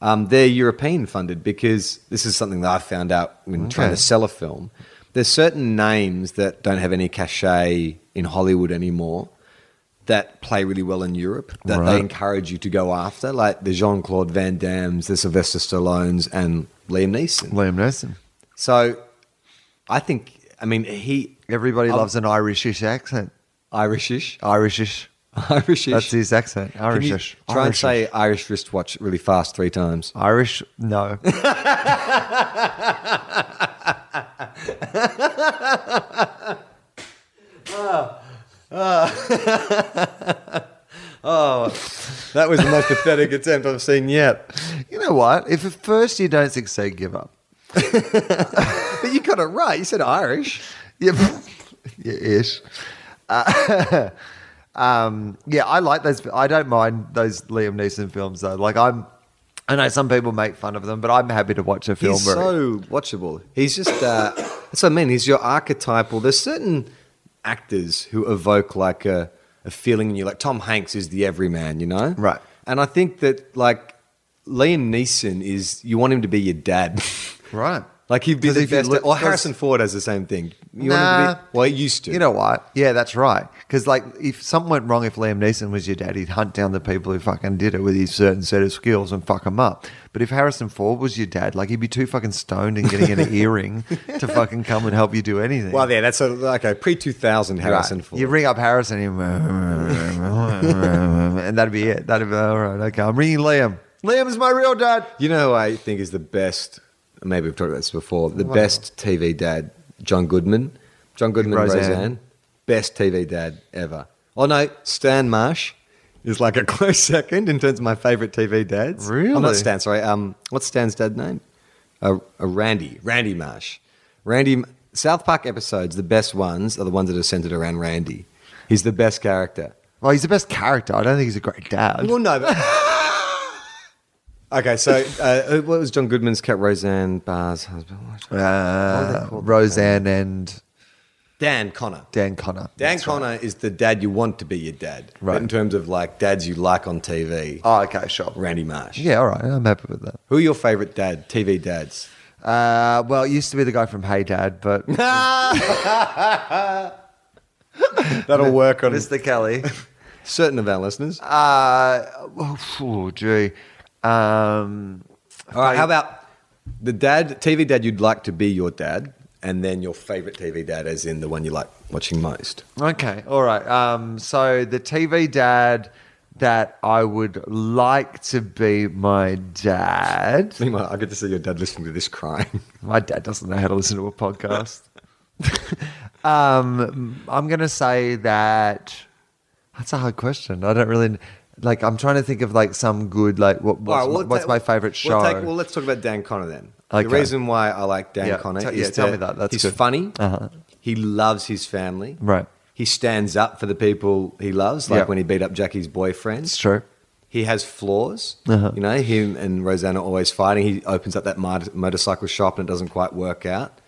Speaker 4: Um, they're European funded because this is something that I found out when trying to sell a film. There's certain names that don't have any cachet in Hollywood anymore that play really well in Europe that
Speaker 1: Right.
Speaker 4: they encourage you to go after, like the Jean Claude Van Damme's, the Sylvester Stallones, and Liam Neeson.
Speaker 1: Liam Neeson.
Speaker 4: So I think, I mean, he
Speaker 1: Everybody
Speaker 4: I'll-
Speaker 1: loves an Irishish accent.
Speaker 4: Irishish, *laughs*
Speaker 1: Irishish.
Speaker 4: Irishish.
Speaker 1: That's his accent.
Speaker 4: Can you
Speaker 1: Irishish.
Speaker 4: Try and
Speaker 1: Irishish.
Speaker 4: say Irish wristwatch really fast three times.
Speaker 1: Irish.
Speaker 4: *laughs*
Speaker 1: No.
Speaker 4: That was the most pathetic attempt I've seen yet.
Speaker 1: you know what? If at first you don't succeed, give up.
Speaker 4: But you got it right. You said Irish.
Speaker 1: Yeah, *laughs* yeah ish. Uh, *laughs* um, yeah, I like those. I don't mind those Liam Neeson films though. Like I'm, I know some people make fun of them, but I'm happy to watch a film.
Speaker 4: He's
Speaker 1: where-
Speaker 4: so watchable. He's just uh, *coughs* that's what I mean. He's your archetypal. There's certain actors who evoke like a, a feeling in you. Like Tom Hanks is the everyman, you know,
Speaker 1: Right.
Speaker 4: And I think that like Liam Neeson is you want him to be your dad, *laughs*
Speaker 1: right.
Speaker 4: like he'd be
Speaker 1: 'Cause
Speaker 4: the
Speaker 1: if you
Speaker 4: best.
Speaker 1: look-
Speaker 4: or
Speaker 1: 'cause-
Speaker 4: Harrison Ford has the same thing. You want him
Speaker 1: Nah.
Speaker 4: to be, well, he used to.
Speaker 1: You know what? Yeah, that's right. Because like, if something went wrong, if Liam Neeson was your dad, he'd hunt down the people who fucking did it with his certain set of skills and fuck them up. But if Harrison Ford was your dad, like he'd be too fucking stoned and getting
Speaker 4: *laughs*
Speaker 1: an earring to fucking come and help you do anything.
Speaker 4: Well, yeah, that's a, like a pre 2000 Harrison
Speaker 1: Right.
Speaker 4: Ford.
Speaker 1: You ring up Harrison, and, and that'd be it. That'd be all right. Okay, I'm ringing Liam. Liam is my real dad.
Speaker 4: You know who I think is the best, maybe we've talked about this before, the best TV dad, John Goodman. John Goodman,
Speaker 1: Roseanne.
Speaker 4: Roseanne. Best TV dad ever. Oh, no, Stan Marsh is like a *laughs* close second in terms of my favourite TV dads. Oh,
Speaker 1: Really?
Speaker 4: not Stan, sorry. Um, what's Stan's dad name? Uh, uh, Randy. Randy Marsh. Randy. South Park episodes, the best ones, are the ones that are centred around Randy. He's the best character.
Speaker 1: Well, he's the best character. I don't think he's a great dad.
Speaker 4: Well, no. But- *laughs* okay, so uh, what was John Goodman's cat? Roseanne Barr's husband. What-
Speaker 1: Uh, Roseanne Uh, and
Speaker 4: Dan Connor.
Speaker 1: Dan Connor.
Speaker 4: Dan Connor is the dad you want to be your dad,
Speaker 1: Right.
Speaker 4: right? In terms of like dads you like on TV,
Speaker 1: Oh, okay, sure.
Speaker 4: Randy Marsh.
Speaker 1: Yeah, all right. I'm happy with that.
Speaker 4: Who are your favorite dad? TV dads.
Speaker 1: Uh, well, it used to be the guy from Hey Dad,
Speaker 4: *laughs*
Speaker 1: but
Speaker 4: *laughs* That'll work on
Speaker 1: Mr. Kelly.
Speaker 4: certain of our listeners.
Speaker 1: Uh, oh, phew, gee. Um,
Speaker 4: All right, how about the dad, TV dad you'd like to be your dad, and then your favorite TV dad, as in the one you like watching most?
Speaker 1: okay, all right. Um, so the TV dad that I would like to be my dad.
Speaker 4: Meanwhile, I get to see your dad listening to this crying.
Speaker 1: My dad doesn't know how to listen to a podcast. *laughs* um, I'm going to say that that's a hard question. I don't really like. I'm trying to think of like some good like what what's,
Speaker 4: All right, we'll
Speaker 1: what's
Speaker 4: ta-
Speaker 1: my favorite
Speaker 4: We'll,
Speaker 1: show.
Speaker 4: take- well, let's talk about Dan Connor then.
Speaker 1: Okay.
Speaker 4: The reason why I like Dan
Speaker 1: Yeah,
Speaker 4: Connor
Speaker 1: te-
Speaker 4: is
Speaker 1: yeah, tell
Speaker 4: that
Speaker 1: me that, that's
Speaker 4: he's
Speaker 1: good.
Speaker 4: funny.
Speaker 1: Uh-huh.
Speaker 4: He loves his family.
Speaker 1: Right.
Speaker 4: He stands up for the people he loves, like
Speaker 1: Yeah.
Speaker 4: when he beat up Jackie's boyfriend.
Speaker 1: it's true.
Speaker 4: He has flaws.
Speaker 1: Uh-huh.
Speaker 4: You know, him and Roseanne are always fighting. He opens up that mod- motorcycle shop and it doesn't quite work out.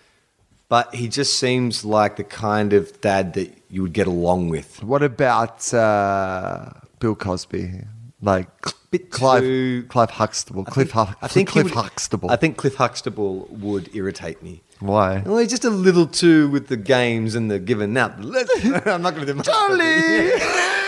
Speaker 4: But he just seems like the kind of dad that you would get along with.
Speaker 1: What about uh, Bill Cosby? Like
Speaker 4: Bit
Speaker 1: Clive,
Speaker 4: too-
Speaker 1: Clive Huxtable, Cliff,
Speaker 4: think-
Speaker 1: Huck,
Speaker 4: I think he
Speaker 1: Cliff
Speaker 4: would-
Speaker 1: Huxtable.
Speaker 4: I think Cliff Huxtable would irritate me.
Speaker 1: Why?
Speaker 4: Well, he's just a little too with the games and the giving up.
Speaker 1: *laughs*
Speaker 4: Let's- *laughs* I'm not going to do much.
Speaker 1: Charlie!
Speaker 4: *laughs*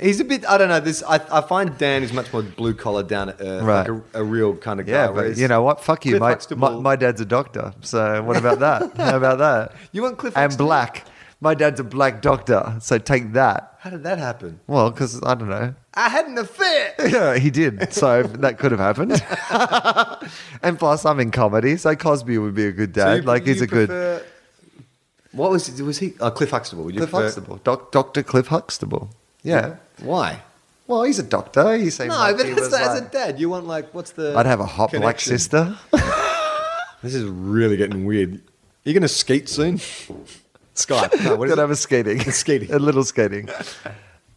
Speaker 4: He's a bit. I don't know. This I, I find Dan is much more blue collar, down to earth,
Speaker 1: Right.
Speaker 4: like a, a real kind of guy.
Speaker 1: Yeah, but
Speaker 4: whereas
Speaker 1: you know what? Fuck you.
Speaker 4: Cliff
Speaker 1: My, my,
Speaker 4: Huxtable-
Speaker 1: my dad's a doctor. So what about that? How about that?
Speaker 4: *laughs* You want Cliff
Speaker 1: And
Speaker 4: Huxtable?
Speaker 1: black. My dad's a black doctor. So take that.
Speaker 4: How did that happen?
Speaker 1: Well, because I don't know.
Speaker 4: I had an affair.
Speaker 1: *laughs* Yeah, he did. So *laughs* that could have happened. and plus, I'm in comedy. So Cosby would be a good
Speaker 4: So
Speaker 1: dad.
Speaker 4: you-
Speaker 1: like, he's
Speaker 4: you
Speaker 1: a good.
Speaker 4: prefer- What was was he? Oh, Cliff Huxtable. Would you
Speaker 1: Cliff
Speaker 4: prefer-
Speaker 1: Huxtable. Doc, Dr. Cliff Huxtable. Yeah.
Speaker 4: Why?
Speaker 1: Well, he's a doctor. He seemed
Speaker 4: No,
Speaker 1: like
Speaker 4: but
Speaker 1: he
Speaker 4: as,
Speaker 1: was
Speaker 4: as a
Speaker 1: like-
Speaker 4: dad, you want like what's the?
Speaker 1: I'd have a hot black
Speaker 4: connection?
Speaker 1: sister.
Speaker 4: This is really getting weird. Are you going to
Speaker 1: *laughs*
Speaker 4: skate soon? Skype. No, what is
Speaker 1: Could
Speaker 4: it?
Speaker 1: have a skating.
Speaker 4: *laughs*
Speaker 1: *laughs*
Speaker 4: Skating.
Speaker 1: a little
Speaker 4: *laughs*
Speaker 1: skating.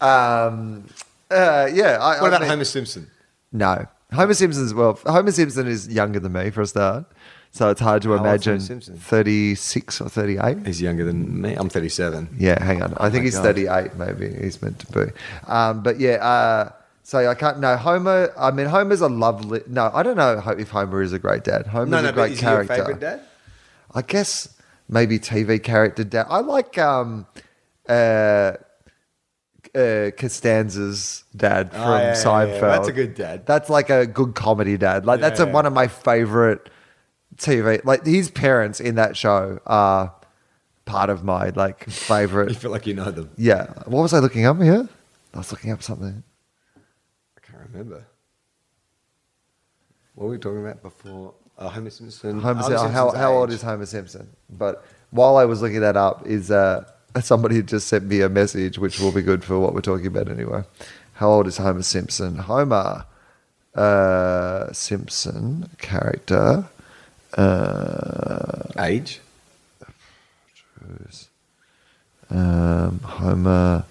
Speaker 1: Um, uh, yeah. I,
Speaker 4: What
Speaker 1: I
Speaker 4: about
Speaker 1: mean-
Speaker 4: Homer Simpson?
Speaker 1: No. Homer Simpson's, well, Homer Simpson is younger than me for a start. So it's hard to
Speaker 4: old's Homer
Speaker 1: imagine
Speaker 4: Simpson?
Speaker 1: 36 or 38.
Speaker 4: He's younger than me. I'm 37.
Speaker 1: Yeah, hang on. I think
Speaker 4: my
Speaker 1: he's
Speaker 4: God.
Speaker 1: 38, maybe he's meant to be. Um, but yeah, uh, so I can't. No, Homer. I mean, Homer's a lovely. No, I don't know ho- if Homer is a great dad. Homer's
Speaker 4: No, no,
Speaker 1: a great
Speaker 4: but is
Speaker 1: character.
Speaker 4: he your favorite dad?
Speaker 1: I guess maybe TV character dad. I like um, uh, uh, Costanza's dad from
Speaker 4: Oh, yeah, yeah,
Speaker 1: Seinfeld.
Speaker 4: yeah. That's a good dad.
Speaker 1: That's like a good comedy dad. Like that's a,
Speaker 4: Yeah.
Speaker 1: one of my favorite TV. Like his parents in that show are part of my like favorite.
Speaker 4: *laughs* You *laughs* feel like you know them.
Speaker 1: Yeah. What was I looking up here? I was looking up something.
Speaker 4: I can't remember. What were we talking about before? Uh, Homer Simpson.
Speaker 1: Homer
Speaker 4: Homer
Speaker 1: Simpson. How,
Speaker 4: Simpson's
Speaker 1: how old
Speaker 4: age.
Speaker 1: is Homer Simpson? But while I was looking that up, is uh, somebody had just sent me a message, which will be good for what we're talking about anyway. How old is Homer Simpson? Homer uh, Simpson character. Uh,
Speaker 4: age?
Speaker 1: um, Homer.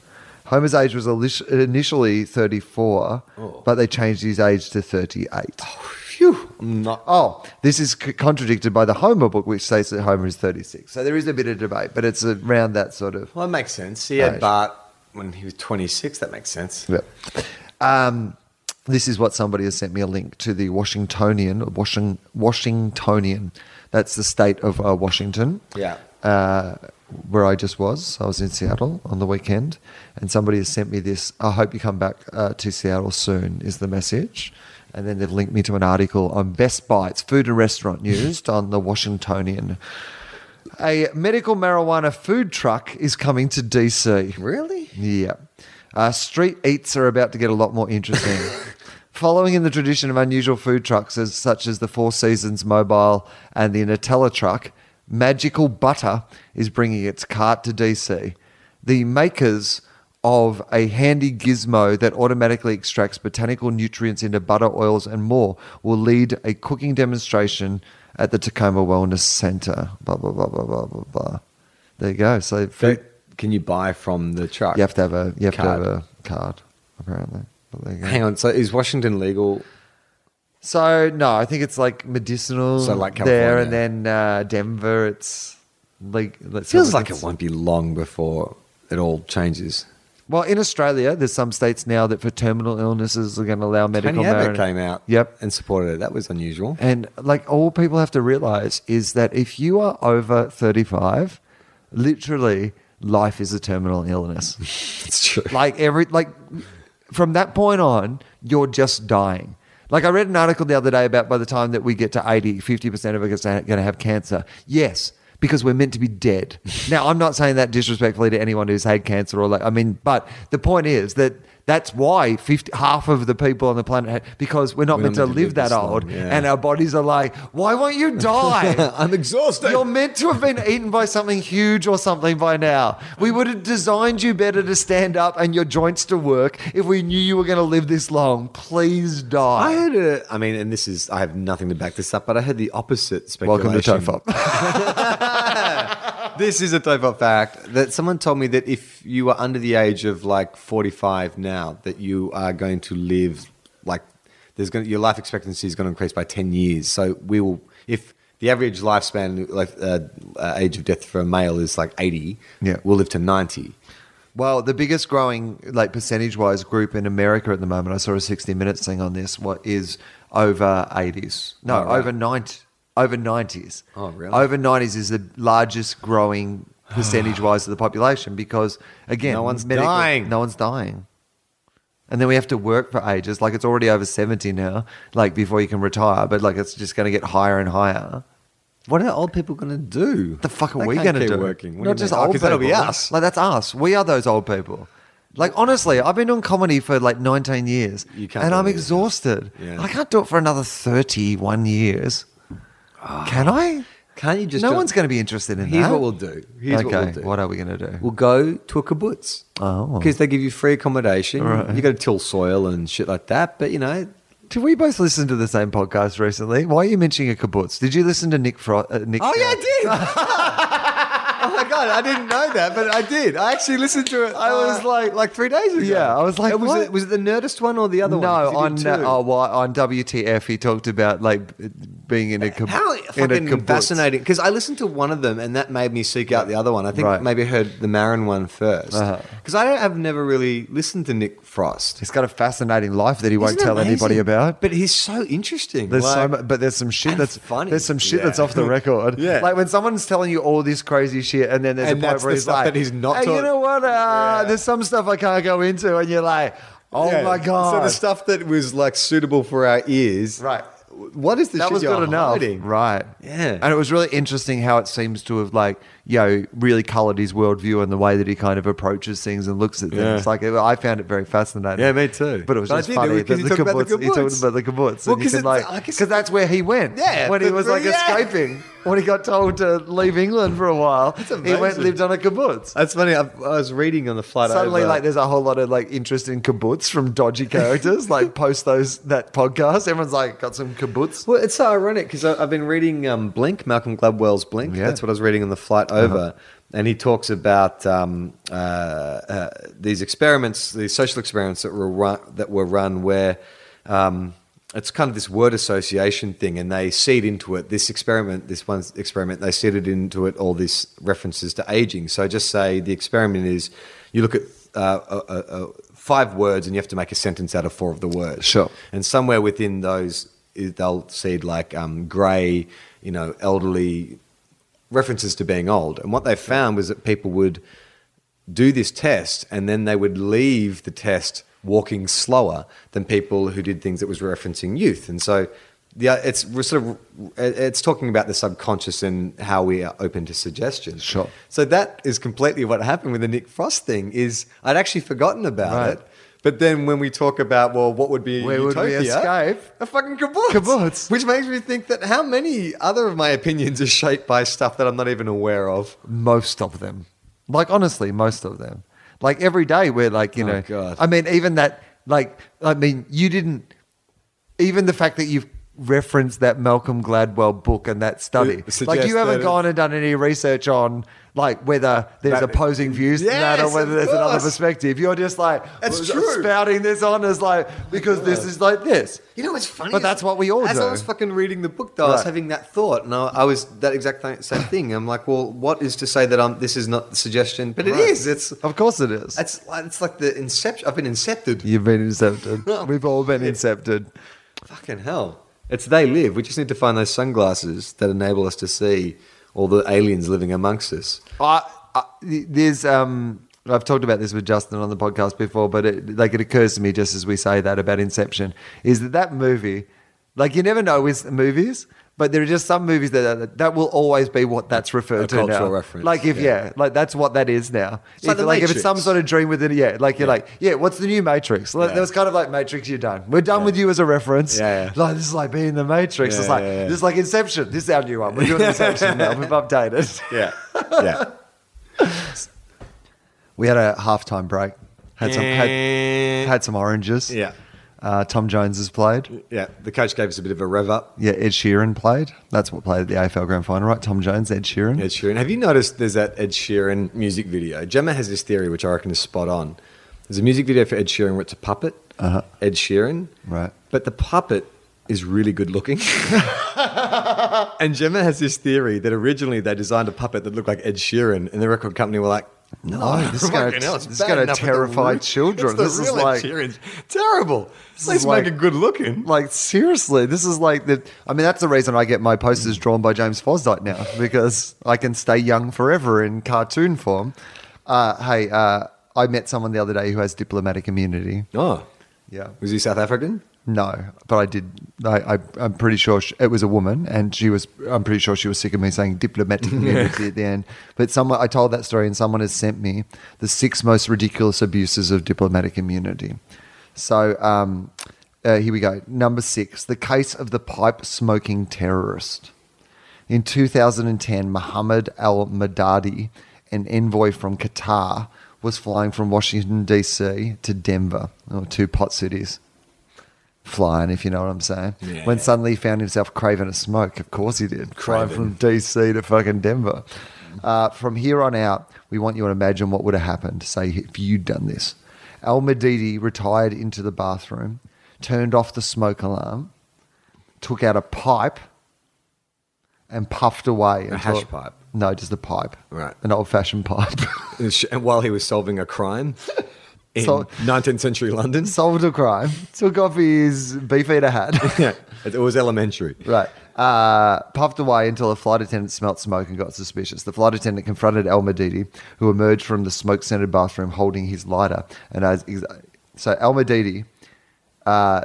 Speaker 1: Homer's age was alish- initially 34,
Speaker 4: Oh.
Speaker 1: but they changed his age to 38.
Speaker 4: Phew. I'm not.
Speaker 1: Oh, this is c- contradicted by the Homer book, which states that Homer is 36. So there is a bit of debate, but it's around that sort of.
Speaker 4: Well, that makes sense. He had
Speaker 1: Age.
Speaker 4: Bart when he was 26. That makes sense.
Speaker 1: Yeah. Um, this is what somebody has sent me a link to the Washingtonian, Washing, Washingtonian. That's the state of uh, Washington.
Speaker 4: Yeah.
Speaker 1: Uh, where I just was. I was in Seattle on the weekend, and somebody has sent me this. I hope you come back uh, to Seattle soon, is the message. And then they've linked me to an article on Best Bites, food and restaurant news on the Washingtonian. A medical marijuana food truck is coming to DC.
Speaker 4: Really?
Speaker 1: Yeah. Uh, street eats are about to get a lot more interesting. Following in the tradition of unusual food trucks as, such as the Four Seasons Mobile and the Nutella truck, Magical Butter is bringing its cart to DC. The makers of a handy gizmo that automatically extracts botanical nutrients into butter, oils, and more will lead a cooking demonstration at the Tacoma Wellness Center. Blah, blah, blah, blah, blah, blah, blah. There you go. So, food,
Speaker 4: Can you buy from the truck?
Speaker 1: you have to have a you have
Speaker 4: Card.
Speaker 1: to have a card, apparently. But there you go.
Speaker 4: Hang on. So is Washington legal?
Speaker 1: So no, I think it's like medicinal.
Speaker 4: So, like
Speaker 1: there,
Speaker 4: California.
Speaker 1: and then uh, Denver, it's Like,
Speaker 4: It
Speaker 1: let's have
Speaker 4: feels
Speaker 1: a
Speaker 4: like
Speaker 1: good-
Speaker 4: it won't be long before it all changes.
Speaker 1: Well, in Australia, there's some states now that for terminal illnesses are going to allow medical
Speaker 4: Tony Abbott
Speaker 1: marijuana.
Speaker 4: came out
Speaker 1: Yep.
Speaker 4: and supported it. That was unusual.
Speaker 1: And like all people have to realize is that if you are over 35, literally life is a terminal illness. *laughs*
Speaker 4: It's true.
Speaker 1: like every like from that point on you're just dying like i read an article the other day about by the time that we get to 80 50% of us are going to have cancer yes because we're meant to be dead now i'm not saying that disrespectfully to anyone who's had cancer or like i mean but the point is that that's why 50, half of the people on the planet had, because we're not meant to live that
Speaker 4: this long,
Speaker 1: old
Speaker 4: yeah.
Speaker 1: and our bodies are like why won't you die
Speaker 4: I'm exhausted.
Speaker 1: you're meant to have been eaten by something huge or something by now. We would have designed you better to stand up and your joints to work if we knew you were going to live this long. Please
Speaker 4: I
Speaker 1: die.
Speaker 4: heard a, I mean, and this is, I have nothing to back this up, but I heard the opposite speculation.
Speaker 1: Welcome to TOEFOP.
Speaker 4: This is a TOEFOP fact that someone told me that if you are under the age of like 45 now, that you are going to live like, there's going to, your life expectancy is going to increase by 10 years. So we will, if the average lifespan, like uh, uh, age of death for a male is like 80,
Speaker 1: Yeah.
Speaker 4: we'll live to 90.
Speaker 1: well, the biggest growing, like percentage wise, group in America at the moment, I saw a 60 Minutes thing on this, what is over 80s. No,
Speaker 4: Oh, right.
Speaker 1: over 90, over 90s.
Speaker 4: Oh, really?
Speaker 1: Over 90s is the largest
Speaker 4: *sighs*
Speaker 1: growing percentage wise of the population because, again,
Speaker 4: No one's dying.
Speaker 1: No one's dying. And then we have to work for ages. Like it's already over 70 now, like before you can retire, but like it's just going to get higher and higher.
Speaker 4: What are old people going to do? What
Speaker 1: The fuck are
Speaker 4: They
Speaker 1: we
Speaker 4: can't
Speaker 1: going to
Speaker 4: keep
Speaker 1: do?
Speaker 4: working. What
Speaker 1: Not
Speaker 4: do you
Speaker 1: just
Speaker 4: mean? Oh,
Speaker 1: old
Speaker 4: 'cause
Speaker 1: people.
Speaker 4: that'll be us.
Speaker 1: Like that's us. We are those old people. Like honestly, I've been doing comedy for like 19 years
Speaker 4: You can't
Speaker 1: and
Speaker 4: do
Speaker 1: I'm
Speaker 4: it.
Speaker 1: exhausted.
Speaker 4: Yeah.
Speaker 1: I can't do it for another 31 years.
Speaker 4: Ah.
Speaker 1: Can I?
Speaker 4: Can't you just
Speaker 1: no
Speaker 4: do-
Speaker 1: one's going to be interested in that.
Speaker 4: Here's what we'll do. Here's
Speaker 1: okay,
Speaker 4: what we'll do.
Speaker 1: are we going to do?
Speaker 4: We'll go to a kibbutz.
Speaker 1: Oh.
Speaker 4: Because they give you free accommodation. You got to till soil and shit like that. But, you know,
Speaker 1: Did we both listen to the same podcast recently? Why are you mentioning a kibbutz? Did you listen to Nick Frost? Uh, Nick?
Speaker 4: Oh yeah, I did. *laughs* oh my god, I didn't know that, but I did. I actually listened to it. I was like, like three days ago.
Speaker 1: Uh, Yeah, I was like,
Speaker 4: It was,
Speaker 1: what?
Speaker 4: It, was it the Nerdist one or the other
Speaker 1: no,
Speaker 4: one? 'Cause
Speaker 1: on
Speaker 4: he did
Speaker 1: uh,
Speaker 4: two.
Speaker 1: oh, why- on WTF he talked about like b- being in a kib-
Speaker 4: How
Speaker 1: in a
Speaker 4: fucking
Speaker 1: kibbutz.
Speaker 4: fascinating! Because I listened to one of them, and that made me seek out the other one. I think
Speaker 1: Right.
Speaker 4: maybe I heard the Marin one first,
Speaker 1: Uh-huh.
Speaker 4: because I have never really listened to Nick Frost.
Speaker 1: He's got a fascinating life that he won't
Speaker 4: Isn't it
Speaker 1: tell anybody
Speaker 4: amazing?
Speaker 1: about.
Speaker 4: but he's so interesting.
Speaker 1: There's so
Speaker 4: like-
Speaker 1: much, but there's some shit
Speaker 4: and
Speaker 1: that's
Speaker 4: funny.
Speaker 1: There's some shit that's
Speaker 4: Yeah.
Speaker 1: off the record.
Speaker 4: *laughs* Yeah.
Speaker 1: like when someone's telling you all this crazy shit, and then there's
Speaker 4: And
Speaker 1: a point
Speaker 4: that's
Speaker 1: where
Speaker 4: the
Speaker 1: he's
Speaker 4: stuff
Speaker 1: like,
Speaker 4: that he's not
Speaker 1: Hey, you
Speaker 4: taught."
Speaker 1: know what? Uh,
Speaker 4: Yeah.
Speaker 1: There's some stuff I can't go into, and you're like, oh
Speaker 4: Yeah.
Speaker 1: my god.
Speaker 4: So the stuff that was like suitable for our ears,
Speaker 1: Right.
Speaker 4: What is the
Speaker 1: that
Speaker 4: shit
Speaker 1: was
Speaker 4: you're
Speaker 1: good enough,
Speaker 4: hiding?
Speaker 1: right?
Speaker 4: Yeah.
Speaker 1: and it was really interesting how it seems to have like you know really coloured his worldview and the way that he kind of approaches things and looks at
Speaker 4: Yeah.
Speaker 1: things. Like it, I found it very fascinating.
Speaker 4: Yeah, me too.
Speaker 1: But it was
Speaker 4: But I
Speaker 1: just
Speaker 4: did,
Speaker 1: funny
Speaker 4: because
Speaker 1: that
Speaker 4: he
Speaker 1: the
Speaker 4: talked about the
Speaker 1: kibbutz, he talked
Speaker 4: kibbutz.
Speaker 1: about the kibbutz,
Speaker 4: Well,
Speaker 1: and you can,
Speaker 4: 'cause it's-
Speaker 1: like
Speaker 4: I guess-
Speaker 1: because that's where he went.
Speaker 4: Yeah,
Speaker 1: when he
Speaker 4: the-
Speaker 1: was like
Speaker 4: yeah.
Speaker 1: escaping when he got told to leave England for a while. He went
Speaker 4: amazing.
Speaker 1: and lived on a kibbutz.
Speaker 4: That's funny. I, I was reading on the flight
Speaker 1: Suddenly,
Speaker 4: over.
Speaker 1: like, there's a whole lot of like interest in kibbutz from dodgy characters. like, post those that podcast. Everyone's like, got some kibbutz.
Speaker 4: Well, it's so ironic because I've been reading um, Blink, Malcolm Gladwell's Blink.
Speaker 1: Yeah.
Speaker 4: That's what I was reading on the flight over. And he talks about um, uh, uh, these experiments, these social experiments that were run, that were run where um, it's kind of this word association thing, and they seed into it this experiment, this one experiment, they seeded into it all these references to aging. So just say the experiment is you look at uh, uh, uh, uh, five words and you have to make a sentence out of four of the words.
Speaker 1: Sure.
Speaker 4: And somewhere within those, is- they'll see like um, grey, you know, elderly references to being old. And what they found was that people would do this test and then they would leave the test walking slower than people who did things that was referencing youth. And so yeah, it's we're sort of it- it's talking about the subconscious and how we are open to suggestions.
Speaker 1: Sure.
Speaker 4: So that is completely what happened with the Nick Frost thing. Is I'd actually forgotten about
Speaker 1: Right.
Speaker 4: it, but then when we talk about well, what would be
Speaker 1: Where would we
Speaker 4: utopia,
Speaker 1: escape?
Speaker 4: A fucking kibbutz.
Speaker 1: Kibbutz.
Speaker 4: Which makes me think that how many other of my opinions are shaped by stuff that I'm not even aware of.
Speaker 1: most of them. Like honestly, most of them. Like every day we're like, you
Speaker 4: Oh,
Speaker 1: know,
Speaker 4: God.
Speaker 1: I mean, even that, like, I mean, you didn't, even the fact that you've reference that Malcolm Gladwell book and that study.
Speaker 4: It
Speaker 1: like
Speaker 4: suggests
Speaker 1: you haven't
Speaker 4: that-
Speaker 1: gone and done any research on like whether there's
Speaker 4: That-
Speaker 1: opposing views to that or
Speaker 4: Yes,
Speaker 1: whether
Speaker 4: of
Speaker 1: there's another
Speaker 4: course.
Speaker 1: perspective. You're just like
Speaker 4: That's
Speaker 1: w-
Speaker 4: true.
Speaker 1: spouting this on as like because this is like this.
Speaker 4: You know what's funny?
Speaker 1: But
Speaker 4: is-
Speaker 1: that's what we all
Speaker 4: as
Speaker 1: do.
Speaker 4: I was fucking reading the book, though, I was
Speaker 1: Right.
Speaker 4: having that thought, and I, I was that exact th- same thing. I'm like, well, what is to say that I'm, this is not the suggestion? But it is.
Speaker 1: Right.
Speaker 4: It's
Speaker 1: Of course it is.
Speaker 4: it's like, it's like the inception. I've been incepted.
Speaker 1: You've been
Speaker 4: *laughs*
Speaker 1: incepted. We've all been incepted.
Speaker 4: Fucking hell! It's they live. We just need to find those sunglasses that enable us to see all the aliens living amongst us.
Speaker 1: I, I there's um I've talked about this with Justin on the podcast before, but it, like it occurs to me just as we say that about Inception is that that movie, like you never know with movies, but there are just some movies that that, that will always be what that's referred
Speaker 4: A
Speaker 1: to
Speaker 4: cultural
Speaker 1: now.
Speaker 4: reference,
Speaker 1: Like if yeah.
Speaker 4: yeah.
Speaker 1: like that's what that is now.
Speaker 4: It's like
Speaker 1: if,
Speaker 4: The
Speaker 1: like if it's some
Speaker 4: Matrix.
Speaker 1: sort of dream within it, yeah. Like you're like yeah, what's the new Matrix? Like,
Speaker 4: Yeah.
Speaker 1: That was kind of like Matrix. You're done. We're done with you as a reference.
Speaker 4: Yeah, yeah.
Speaker 1: Like this is like being the Matrix.
Speaker 4: Yeah,
Speaker 1: it's like
Speaker 4: yeah, yeah.
Speaker 1: this is like Inception. This is our new one. We're
Speaker 4: *laughs*
Speaker 1: doing Inception now. We've updated.
Speaker 4: Yeah, yeah.
Speaker 1: We had a halftime break. Had some had, had some oranges.
Speaker 4: Yeah.
Speaker 1: Uh, Tom Jones has played.
Speaker 4: yeah. The coach gave us a bit of a rev up.
Speaker 1: Yeah, Ed Sheeran played. That's what played at the AFL Grand Final, right? Tom Jones, Ed Sheeran.
Speaker 4: Ed Sheeran. Have you noticed there's that Ed Sheeran music video? Gemma has this theory, which I reckon is spot on. There's a music video for Ed Sheeran where it's a puppet,
Speaker 1: Uh-huh.
Speaker 4: Ed Sheeran.
Speaker 1: Right.
Speaker 4: But the puppet is really
Speaker 1: *laughs*
Speaker 4: good looking. and Gemma has this theory that originally they designed a puppet that looked like Ed Sheeran, and the record company were like,
Speaker 1: No,
Speaker 4: *laughs*
Speaker 1: this is gonna-
Speaker 4: fucking hell, it's
Speaker 1: this is
Speaker 4: bad
Speaker 1: gonna
Speaker 4: enough with the
Speaker 1: terrify
Speaker 4: real-
Speaker 1: children.
Speaker 4: It's the
Speaker 1: This is
Speaker 4: real Ed
Speaker 1: like-
Speaker 4: Sheeran's terrible. At
Speaker 1: is
Speaker 4: least
Speaker 1: like-
Speaker 4: make it good looking.
Speaker 1: Like seriously, this is like the. I mean, that's the reason I get my posters drawn by James Fosdyke now *laughs* because I can stay young forever in cartoon form. Uh, hey, uh, I met someone the other day who has diplomatic immunity.
Speaker 4: Oh,
Speaker 1: Yeah,
Speaker 4: was he South African?
Speaker 1: No, but I did. I, I, I'm pretty sure sh it was a woman, and she was. I'm pretty sure she was sick of me saying diplomatic immunity at the end. But someone, I told that story, and someone has sent me the six most ridiculous abuses of diplomatic immunity. So um, uh, here we go. Number six: the case of the pipe smoking terrorist. In 2010, Mohammed Al Madadi, an envoy from Qatar, was flying from Washington D.C. to Denver, or two pot cities flying, if you know what I'm saying.
Speaker 4: Yeah.
Speaker 1: When suddenly he found himself craving a smoke. Of course he did. Flying from
Speaker 4: Craving.
Speaker 1: DC to fucking Denver. Uh, from here on out, we want you to imagine what would have happened, say, if you'd done this. Al Medidi retired into the bathroom, turned off the smoke alarm, took out a pipe, and puffed away. A
Speaker 4: hash pipe?
Speaker 1: No, just a pipe.
Speaker 4: Right.
Speaker 1: An old fashioned pipe. *laughs*
Speaker 4: And sh- and while he was solving a crime in
Speaker 1: So-
Speaker 4: 19th
Speaker 1: *laughs*
Speaker 4: century London.
Speaker 1: Solved a crime, took off his beef eater
Speaker 4: *laughs*
Speaker 1: hat.
Speaker 4: yeah, it was elementary.
Speaker 1: Right. Uh, puffed away until a flight attendant smelt smoke and got suspicious. The flight attendant confronted Al Medidi, who emerged from the smoke scented bathroom holding his lighter. And as ex- so, Al Medidi uh,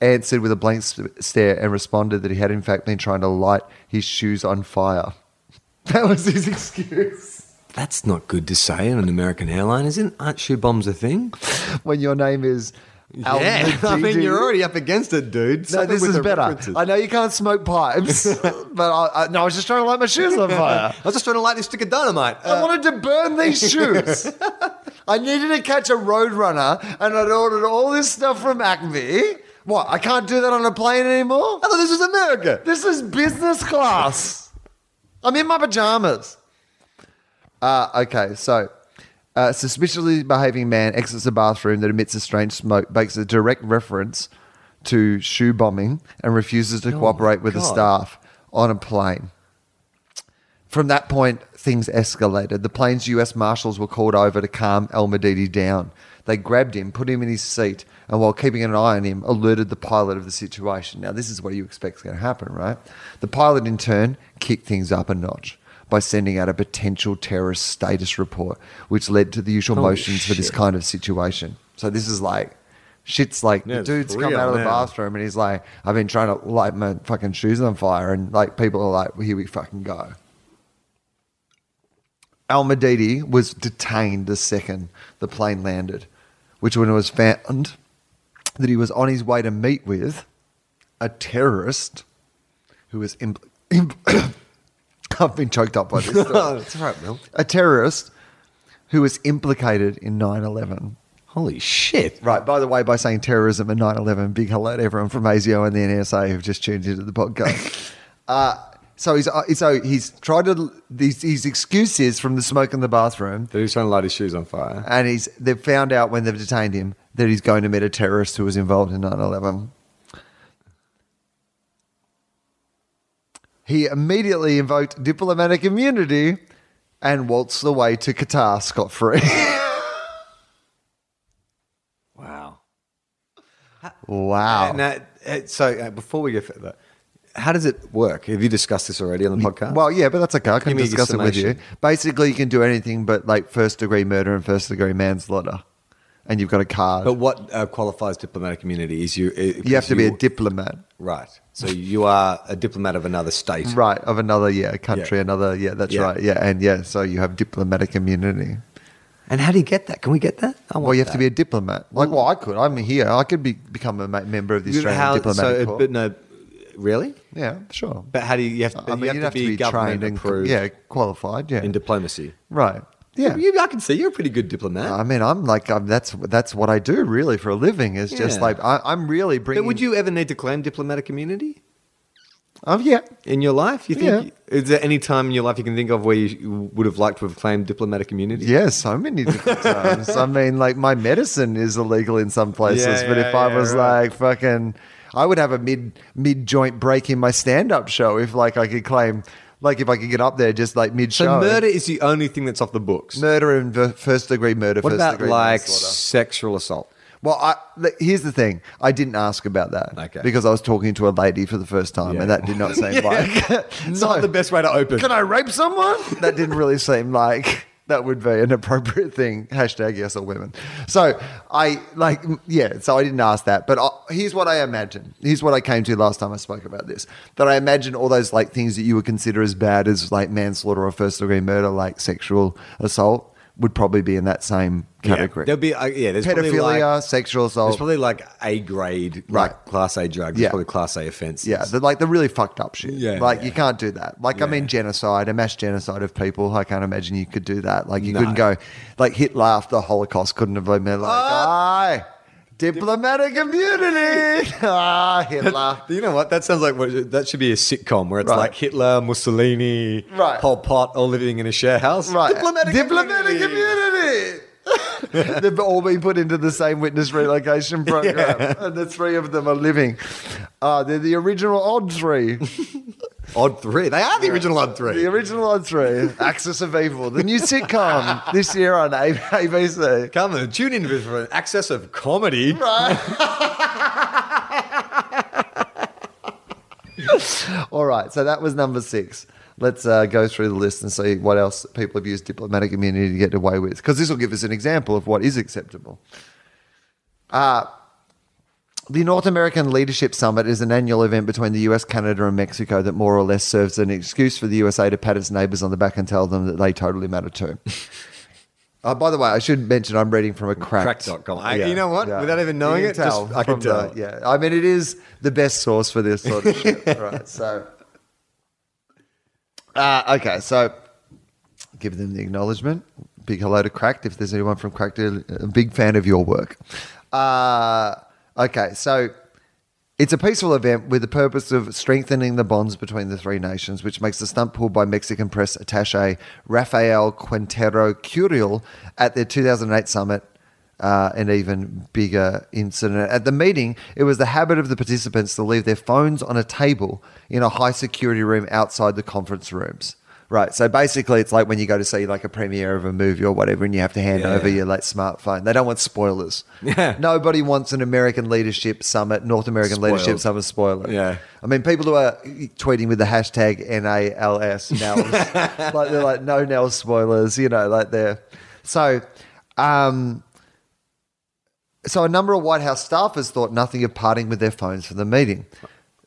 Speaker 1: answered with a blank s- stare and responded that he had, in fact, been trying to light his shoes on fire. *laughs* That was his excuse.
Speaker 4: That's not good to say on an American airline, isn't? Aren't shoe bombs a thing?
Speaker 1: When your name is Al *laughs* Medidi.
Speaker 4: I mean you're already up against it, dude.
Speaker 1: No,
Speaker 4: Something
Speaker 1: this
Speaker 4: with
Speaker 1: is
Speaker 4: the
Speaker 1: better.
Speaker 4: references.
Speaker 1: I know you can't smoke pipes,
Speaker 4: *laughs*
Speaker 1: but I, I, no, I was just trying to light my shoes on fire.
Speaker 4: I was just trying to light this stick of dynamite.
Speaker 1: I
Speaker 4: Uh,
Speaker 1: wanted to burn
Speaker 4: *laughs*
Speaker 1: these shoes. I needed to catch a roadrunner and I'd ordered all this stuff from Acme. What? I can't do that on a plane anymore?
Speaker 4: I thought this was America.
Speaker 1: This is business
Speaker 4: *laughs*
Speaker 1: class. I'm in my pajamas. Uh, okay, so uh, suspiciously behaving man exits a bathroom that emits a strange smoke, makes a direct reference to shoe bombing, and refuses to cooperate with the
Speaker 4: Oh God.
Speaker 1: staff on a plane. From that point, things escalated. The plane's US Marshals were called over to calm El Medidi down. They grabbed him, put him in his seat, and while keeping an eye on him, alerted the pilot of the situation. Now, this is what you expect is going to happen, right? The pilot, in turn, kicked things up a notch by sending out a potential terrorist status report, which led to the usual
Speaker 4: Holy
Speaker 1: motions for this
Speaker 4: shit.
Speaker 1: kind of situation. So, this is like shit's like
Speaker 4: Yeah,
Speaker 1: the
Speaker 4: it's
Speaker 1: dude's come
Speaker 4: real,
Speaker 1: out of the
Speaker 4: man.
Speaker 1: bathroom bathroom and he's like, I've been trying to light my fucking shoes on fire. And like, people are like, well, here we fucking go. Al Medidi was detained the second the plane landed, which when it was found that he was on his way to meet with a terrorist who was impl- impl- *coughs* I've been choked up
Speaker 4: *laughs*
Speaker 1: by
Speaker 4: Uh,
Speaker 1: this. story.
Speaker 4: It's all right, Mel.
Speaker 1: a terrorist who was implicated in 9 11.
Speaker 4: Holy shit!
Speaker 1: Right, by the way, by saying terrorism and 9 11, big hello to everyone from ASIO and the NSA who've just tuned into the
Speaker 4: *laughs*
Speaker 1: podcast. uh, so he's uh, so he's tried to these his excuses from the smoke in the bathroom,
Speaker 4: That he's trying to light his shoes on fire.
Speaker 1: and he's they've found out when they've detained him that he's going to meet a terrorist who was involved in 9 11. He immediately invoked diplomatic immunity and waltzed the way to Qatar scot
Speaker 4: *laughs*
Speaker 1: free.
Speaker 4: Wow.
Speaker 1: *laughs* wow.
Speaker 4: Now, uh, so uh, before we go further, how does it work? Have you discussed this already on the podcast?
Speaker 1: Well, yeah, but that's okay. I can
Speaker 4: Give me
Speaker 1: discuss it
Speaker 4: your
Speaker 1: with you.
Speaker 4: summation.
Speaker 1: Basically, you can do anything but like first degree murder and first degree manslaughter, and you've got a card.
Speaker 4: but what uh, qualifies diplomatic immunity is you.
Speaker 1: you have to be a diplomat,
Speaker 4: right. So you are a diplomat of another state.
Speaker 1: right? Of another yeah country,
Speaker 4: Yeah.
Speaker 1: another yeah. That's
Speaker 4: Yeah.
Speaker 1: right. Yeah, and yeah, so you have diplomatic immunity.
Speaker 4: And how do you get that? Can we get that? I
Speaker 1: Well,
Speaker 4: want
Speaker 1: you have
Speaker 4: that.
Speaker 1: to be a diplomat. Like, well, I could. I'm here. I could be become a ma- member of the
Speaker 4: You know
Speaker 1: Australian
Speaker 4: how-
Speaker 1: diplomatic
Speaker 4: so,
Speaker 1: corps.
Speaker 4: But no, really?
Speaker 1: yeah, sure.
Speaker 4: But how do you, you have to?
Speaker 1: I mean,
Speaker 4: you have
Speaker 1: you'd
Speaker 4: to be, government
Speaker 1: and
Speaker 4: approved
Speaker 1: yeah, qualified. Yeah,
Speaker 4: in diplomacy.
Speaker 1: right. Yeah,
Speaker 4: You, I can see you're a pretty good diplomat.
Speaker 1: I mean, I'm like, I'm, that's that's what I do really for a living. Is just
Speaker 4: Yeah.
Speaker 1: like I, I'm really bringing.
Speaker 4: but would you ever need to claim diplomatic immunity
Speaker 1: Oh yeah,
Speaker 4: in your life? You think
Speaker 1: Yeah.
Speaker 4: is there any time in your life you can think of where you would have liked to have claimed diplomatic immunity?
Speaker 1: yeah. So many
Speaker 4: *laughs*
Speaker 1: different times. I mean, like my medicine is illegal in some places,
Speaker 4: Yeah,
Speaker 1: but if
Speaker 4: yeah,
Speaker 1: I
Speaker 4: yeah,
Speaker 1: was
Speaker 4: right.
Speaker 1: like fucking, I would have a mid mid joint break in my stand up show if like I could claim, like if I could get up there just like mid
Speaker 4: So
Speaker 1: show.
Speaker 4: murder is the only thing that's off the books.
Speaker 1: murder, and ver- first degree murder.
Speaker 4: what
Speaker 1: first
Speaker 4: about
Speaker 1: degree
Speaker 4: like
Speaker 1: manslaughter.
Speaker 4: sexual assault?
Speaker 1: Well, I, look, here's the thing. I didn't ask about that
Speaker 4: Okay.
Speaker 1: because I was talking to a lady for the first time,
Speaker 4: *laughs* Yeah.
Speaker 1: and that did not seem like
Speaker 4: Not the best way to open.
Speaker 1: Can I rape someone? that didn't really seem like that would be an appropriate thing. Hashtag yes or women. So I like m- yeah. So I didn't ask that, but I, here's what I imagine. Here's what I came to last time I spoke about this. That I imagine all those like things that you would consider as bad as like manslaughter or first degree murder, like sexual assault, would probably be in that same category.
Speaker 4: There'll be uh, yeah. There's probably like-
Speaker 1: Pedophilia, sexual assault.
Speaker 4: It's probably like A grade,
Speaker 1: Oh. Right.
Speaker 4: like class A drugs.
Speaker 1: Yeah.
Speaker 4: It's probably class A offenses.
Speaker 1: Yeah, the, like the really fucked up shit.
Speaker 4: Yeah,
Speaker 1: like
Speaker 4: yeah.
Speaker 1: you can't do that. Like I mean, genocide, a mass genocide of people. I can't imagine you could do that. Like you
Speaker 4: No.
Speaker 1: couldn't go, like Hitler after the Holocaust couldn't have been like,
Speaker 4: Ah!
Speaker 1: aye, diplomatic immunity, *laughs* ah, Hitler.
Speaker 4: You know what? That sounds like what, that should be a sitcom where it's
Speaker 1: Right.
Speaker 4: like Hitler, Mussolini,
Speaker 1: Right.
Speaker 4: Pol Pot, all living in a share house.
Speaker 1: Right,
Speaker 4: Diplomatic,
Speaker 1: diplomatic
Speaker 4: immunity.
Speaker 1: immunity. *laughs* They've all been put into the same witness
Speaker 4: *laughs*
Speaker 1: relocation program, and the three of them are living. Uh, they're the original odd three.
Speaker 4: Odd three. They are the original odd three.
Speaker 1: The original on three, Axis of Evil, the new sitcom this year on A- ABC.
Speaker 4: Come and tune in for an access of comedy.
Speaker 1: All right, so that was number six. Let's uh, go through the list and see what else people have used diplomatic immunity to get away with, because this will give us an example of what is acceptable. The North American Leadership Summit is an annual event between the US, Canada, and Mexico that more or less serves as an excuse for the USA to pat its neighbors on the back and tell them that they totally matter too.
Speaker 4: *laughs*
Speaker 1: Uh, by the way, I should mention I'm reading from a cracked.
Speaker 4: Cracked.com. I- you know what? Without even knowing
Speaker 1: You
Speaker 4: it, just- I
Speaker 1: from
Speaker 4: can
Speaker 1: the-
Speaker 4: tell.
Speaker 1: yeah, I mean, it is the best source for this sort of
Speaker 4: *laughs*
Speaker 1: shit. Right. So, uh, okay. So, give them the acknowledgement. Big hello to Cracked. If there's anyone from Cracked, a big fan of your work. Uh, okay, so it's a peaceful event with the purpose of strengthening the bonds between the three nations, which makes the stunt pulled by Mexican press attaché Rafael Quintero Curiel at their 2008 summit uh, an even bigger incident. At the meeting, it was the habit of the participants to leave their phones on a table in a high security room outside the conference rooms. Right. So basically, it's like when you go to see like a premiere of a movie or whatever, and you have to hand
Speaker 4: Yeah.
Speaker 1: over your like smartphone. They don't want spoilers.
Speaker 4: Yeah.
Speaker 1: Nobody wants an American leadership summit, North American
Speaker 4: Spoiled.
Speaker 1: leadership summit spoiler.
Speaker 4: Yeah.
Speaker 1: I mean, people who are tweeting with the hashtag NALS
Speaker 4: *laughs*
Speaker 1: Nels, like they're like no Nels spoilers, you know, like they're so. Um, so a number of White House staffers thought nothing of parting with their phones for the meeting.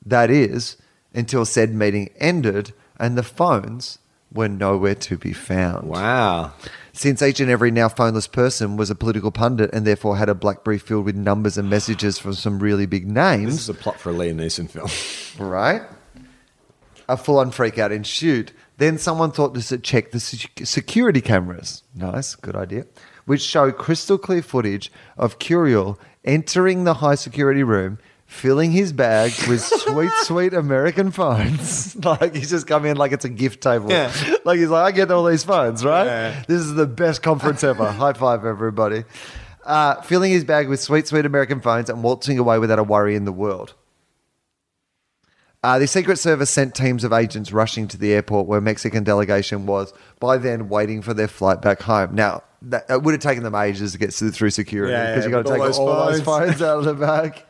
Speaker 1: That is, until said meeting ended and the phones were nowhere to be found.
Speaker 4: Wow.
Speaker 1: Since each and every now phoneless person was a political pundit and therefore had a BlackBerry filled with numbers and messages from some really big
Speaker 4: This
Speaker 1: names,
Speaker 4: is a plot for a Liam Neeson film.
Speaker 1: right? A full on freak out ensued. Then someone thought to se- check the se- security cameras. Nice, good idea. which show crystal clear footage of Curiel entering the high security room, filling his bag
Speaker 5: *laughs*
Speaker 1: with sweet, sweet American phones. *laughs* like he's just come in like it's a gift table.
Speaker 5: Yeah.
Speaker 1: *laughs* Like he's like, I get all these phones, right?
Speaker 5: Yeah.
Speaker 1: This is the best
Speaker 5: *laughs*
Speaker 1: conference ever. High five, everybody. Uh, filling his bag with sweet, sweet American phones and waltzing away without a worry in the world. Uh, the Secret Service sent teams of agents rushing to the airport where Mexican delegation was by then waiting for their flight back home. Now, that, it would have taken them ages to get through security
Speaker 5: Yeah, yeah,
Speaker 1: because you've got to
Speaker 5: with all
Speaker 1: take
Speaker 5: those
Speaker 1: all, those
Speaker 5: phones.
Speaker 1: phones out of the bag.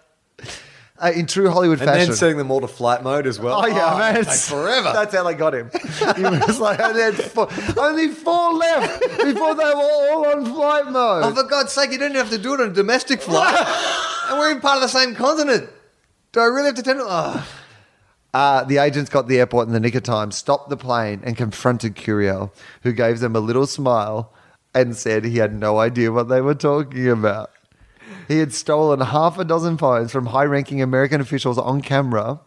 Speaker 1: Uh, in true Hollywood
Speaker 4: And
Speaker 1: fashion.
Speaker 4: then setting them all to flight mode as well.
Speaker 1: Oh yeah, man!
Speaker 4: Like forever.
Speaker 1: *laughs* That's how they got him. He was like, and then four, only four left before they were all on flight mode.
Speaker 4: Oh, for God's sake, you don't have to do it on a
Speaker 1: *laughs*
Speaker 4: domestic flight. and we're in part of the same continent. Do I really have to tell Oh.
Speaker 1: Uh, the agents got to the airport in the nick of time, stopped the plane, and confronted Curiel, who gave them a little smile and said he had no idea what they were talking about. He had stolen half a dozen phones from high ranking American officials on camera,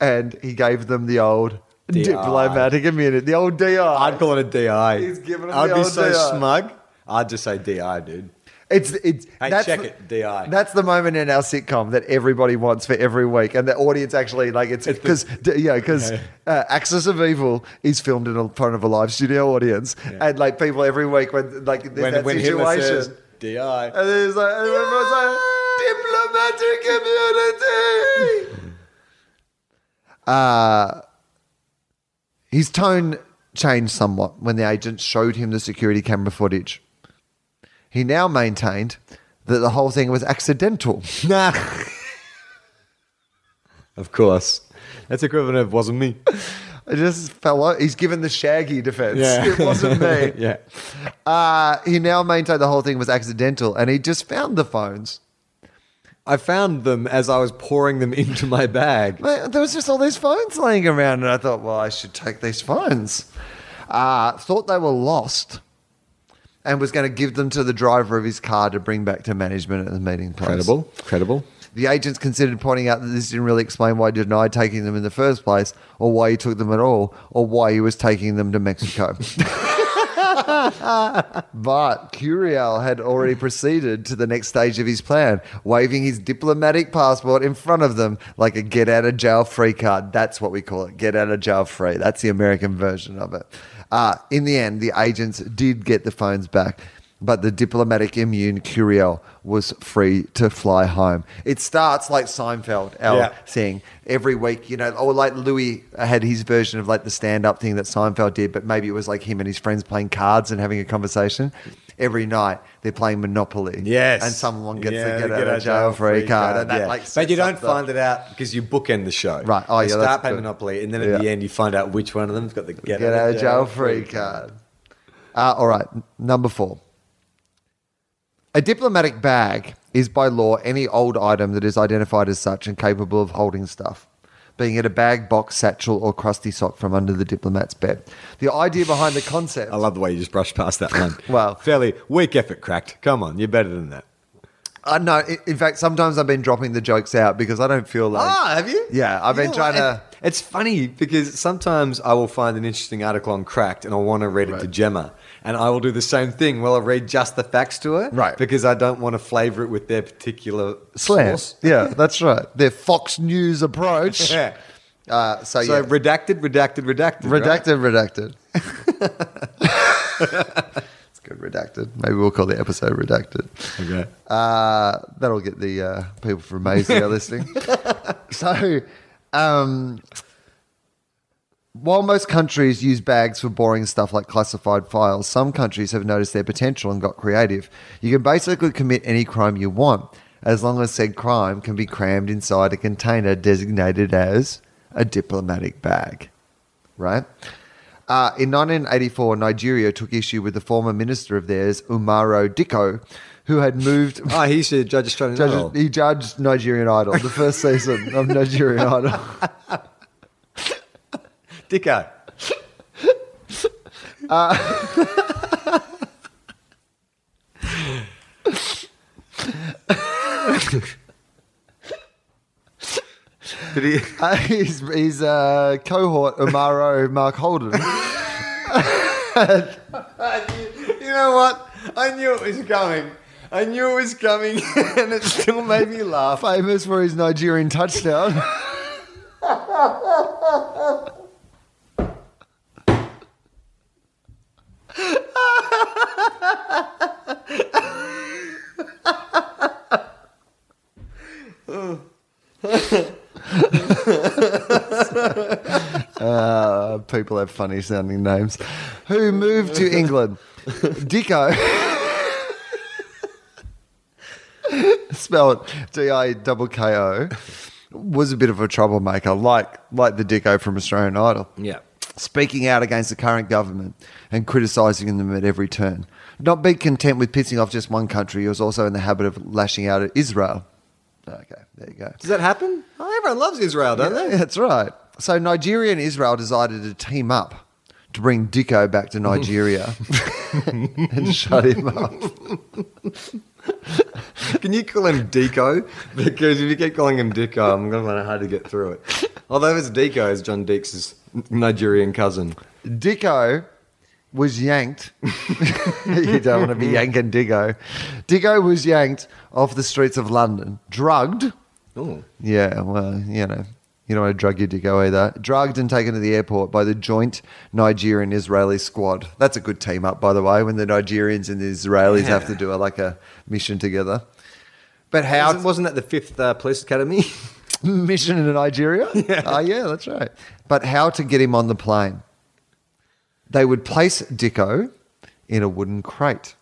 Speaker 1: and he gave them the old diplomatic immunity, the old DI.
Speaker 5: I'd call it a DI.
Speaker 1: He's giving him
Speaker 5: I'd
Speaker 1: the
Speaker 5: be
Speaker 1: old
Speaker 5: so
Speaker 1: DI.
Speaker 5: smug. I'd just say DI, dude.
Speaker 1: It's it's
Speaker 5: Hey, check it, DI.
Speaker 1: That's the moment in our sitcom that everybody wants for every week, and the audience actually like it's because yeah because uh, Axis of Evil is filmed in a- front of a live studio audience, and like people every week when like there's
Speaker 5: When,
Speaker 1: that
Speaker 5: when Hitler
Speaker 1: situation,
Speaker 5: says DI,
Speaker 1: and then it's like and everyone's like diplomatic immunity. *laughs* uh his tone changed somewhat when the agent showed him the security camera footage. He now maintained that the whole thing was accidental.
Speaker 5: nah. *laughs* of course. That's equivalent of wasn't me.
Speaker 1: It just fell out. He's given the shaggy
Speaker 5: *laughs*
Speaker 1: defense.
Speaker 5: Yeah. *laughs*
Speaker 1: It wasn't *laughs* me.
Speaker 5: yeah.
Speaker 1: uh, he now maintained the whole thing was accidental and he just found the phones.
Speaker 5: I found them as I was pouring them into my bag.
Speaker 1: Mate, there was just all these phones laying around, and I thought, well, I should take these phones. Uh, thought they were lost, and was going to give them to the driver of his car to bring back to management at the meeting place.
Speaker 5: Credible. Credible.
Speaker 1: The agents considered pointing out that this didn't really explain why he denied taking them in the first place, or why he took them at all, or why he was taking them to Mexico. but Curiel had already proceeded to the next stage of his plan, waving his diplomatic passport in front of them like a get out of jail free card. That's what we call it get out of jail free. That's the American version of it. Uh, in the end, the agents did get the phones back. But the diplomatic immune Curiel was free to fly home. It starts like Seinfeld, our
Speaker 5: Yeah.
Speaker 1: thing every week, you know, or like Louis had his version of like the stand up thing that Seinfeld did, but maybe it was like him and his friends playing cards and having a conversation. Every night they're playing Monopoly.
Speaker 5: Yes.
Speaker 1: And someone gets
Speaker 5: Yeah,
Speaker 1: the
Speaker 5: they
Speaker 1: get, out of jail free card. And that
Speaker 5: yeah.
Speaker 1: like
Speaker 5: but
Speaker 1: sets
Speaker 5: you don't
Speaker 1: up the-
Speaker 5: find it out because you bookend the show.
Speaker 1: Right. Oh,
Speaker 5: You
Speaker 1: yeah,
Speaker 5: Start
Speaker 1: that's
Speaker 5: playing
Speaker 1: good.
Speaker 5: Monopoly, and then at
Speaker 1: Yeah.
Speaker 5: the end you find out which one of them's got the get,
Speaker 1: get out of jail free card. Uh, all right, n- number four. A diplomatic bag is by law any old item that is identified as such and capable of holding stuff, being it a bag, box, satchel, or crusty sock from under the diplomat's bed. The idea behind the concept.
Speaker 5: I love the way you just brushed past that *laughs* one.
Speaker 1: Wow.
Speaker 5: fairly weak effort, cracked. Come on, you're better than that.
Speaker 1: I know. uh, i- In fact, sometimes I've been dropping the jokes out because I don't feel like.
Speaker 5: Ah, have you?
Speaker 1: Yeah, I've been trying to-
Speaker 5: It's funny because sometimes I will find an interesting article on Cracked and I want to read it to Gemma, and I will do the same thing. Well, I read just the facts to her,
Speaker 1: Right.
Speaker 5: Because I don't want to flavor it with their particular
Speaker 1: Slam. *laughs*
Speaker 5: source.
Speaker 1: Yeah, that's right. Their Fox News
Speaker 5: *laughs*
Speaker 1: approach.
Speaker 5: Yeah.
Speaker 1: Uh, so,
Speaker 5: So
Speaker 1: yeah.
Speaker 5: redacted, redacted, redacted, right?
Speaker 1: Redacted, redacted. *laughs* it's good, redacted. Maybe we'll call the episode redacted.
Speaker 5: Okay.
Speaker 1: Uh, that'll get the uh, people from Mazio listening. so, um, while most countries use bags for boring stuff like classified files, some countries have noticed their potential and got creative. You can basically commit any crime you want, as long as said crime can be crammed inside a container designated as a diplomatic bag right? Uh, in 1984, Nigeria took issue with the former minister of theirs, Umaro Diko, who had moved.
Speaker 5: Oh, he used to judge Australian
Speaker 1: judges-
Speaker 5: Idol.
Speaker 1: he judged Nigerian Idol, the first season of
Speaker 5: *laughs*
Speaker 1: Nigerian Idol.
Speaker 5: Dicko. Did he?
Speaker 1: Uh, his his uh, cohort, Umaro Mark Holden.
Speaker 5: You know what? I knew it was coming. I knew it was coming, *laughs* and it still made me laugh.
Speaker 1: Famous for his
Speaker 5: *laughs*
Speaker 1: Nigerian touchdown. Uh, people have funny sounding names. Who moved to England? Dico. *laughs* Spell it D I double K O. Was a bit of a troublemaker, like like the Dico from Australian Idol.
Speaker 4: Yeah.
Speaker 1: Speaking out against the current government and criticising them at every turn. Not being content with pissing off just one country, he was also in the habit of lashing out at Israel. Okay, there you go.
Speaker 5: Does that happen? Oh, everyone loves Israel, don't
Speaker 1: Yeah, *laughs* That's right. So Nigeria and Israel decided to team up to bring Dicko back to Nigeria and shut him up.
Speaker 5: they? *laughs* Can you call him Deco? Because if you keep calling him Deco, I'm going to find it hard to get through it. Although it's Deco, is John Deeks' Nigerian cousin.
Speaker 1: Dicko was yanked. *laughs* you don't want to be yanking Dicko. Dicko was yanked off the streets of London, drugged.
Speaker 4: Oh.
Speaker 1: Yeah, well, you know, you don't want to drug your Dicko either. Drugged and taken to the airport by the joint Nigerian Israeli squad. That's a good team up, by the way, when the Nigerians and the Israelis have to do a, like a mission together. But how
Speaker 5: Wasn't, wasn't that the fifth uh, police academy?
Speaker 1: *laughs*
Speaker 5: *laughs*
Speaker 1: mission in Nigeria? Yeah. Oh, yeah, that's right. But how to get him on the plane? They would place Dicko in a wooden crate,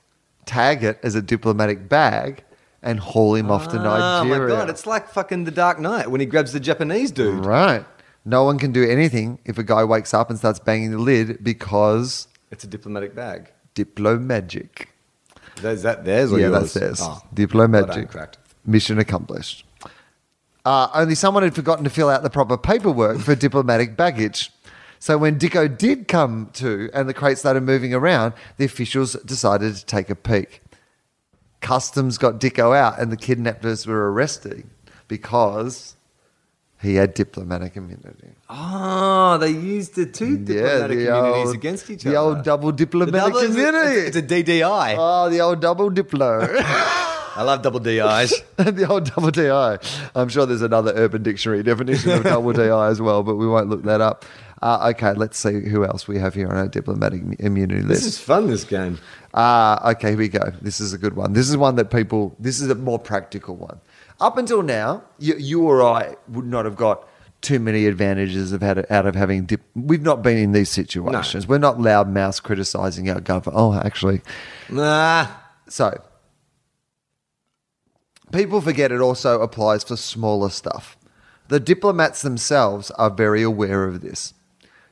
Speaker 1: tag it as a diplomatic bag, and haul him off to Nigeria.
Speaker 5: Oh my god, it's like fucking The Dark Knight when he grabs the Japanese dude.
Speaker 1: right. No one can do anything if a guy wakes up and starts banging the lid because
Speaker 5: It's a diplomatic bag.
Speaker 1: Diplo magic.
Speaker 5: Is that theirs or
Speaker 1: yeah,
Speaker 5: yours?
Speaker 1: that's theirs.
Speaker 5: Oh.
Speaker 1: Diplo
Speaker 5: Well done,
Speaker 1: magic.
Speaker 5: cracked.
Speaker 1: Mission accomplished. Uh, only someone had forgotten to fill out the proper paperwork for diplomatic baggage. So when Dicko did come to and the crate started moving around, the officials decided to take a peek. Customs got Dicko out and the kidnappers were arrested because he had diplomatic immunity.
Speaker 5: Oh, they used the two diplomatic communities against each
Speaker 1: The
Speaker 5: other.
Speaker 1: old double
Speaker 5: The
Speaker 1: diplomatic
Speaker 5: double is-
Speaker 1: immunity.
Speaker 5: It's, it's a DDI.
Speaker 1: oh, the old double diplo.
Speaker 5: *laughs*
Speaker 1: *laughs*
Speaker 5: I love double DIs.
Speaker 1: the old double DI. I'm sure there's another Urban Dictionary definition of double DI as well, but we won't look that up. Uh, okay, let's see who else we have here on our diplomatic im- immunity
Speaker 5: *laughs* this is
Speaker 1: list.
Speaker 5: fun. This game.
Speaker 1: Ah, okay, here we go. This is a good one. This is one that people, this is a more practical one. Up until now, you, you or I would not have got too many advantages of had, out of having dip. We've not been in these situations. We're not loud mouths criticizing our government. Oh, actually,
Speaker 5: Nah.
Speaker 1: so, people forget it also applies for smaller stuff. The diplomats themselves are very aware of this.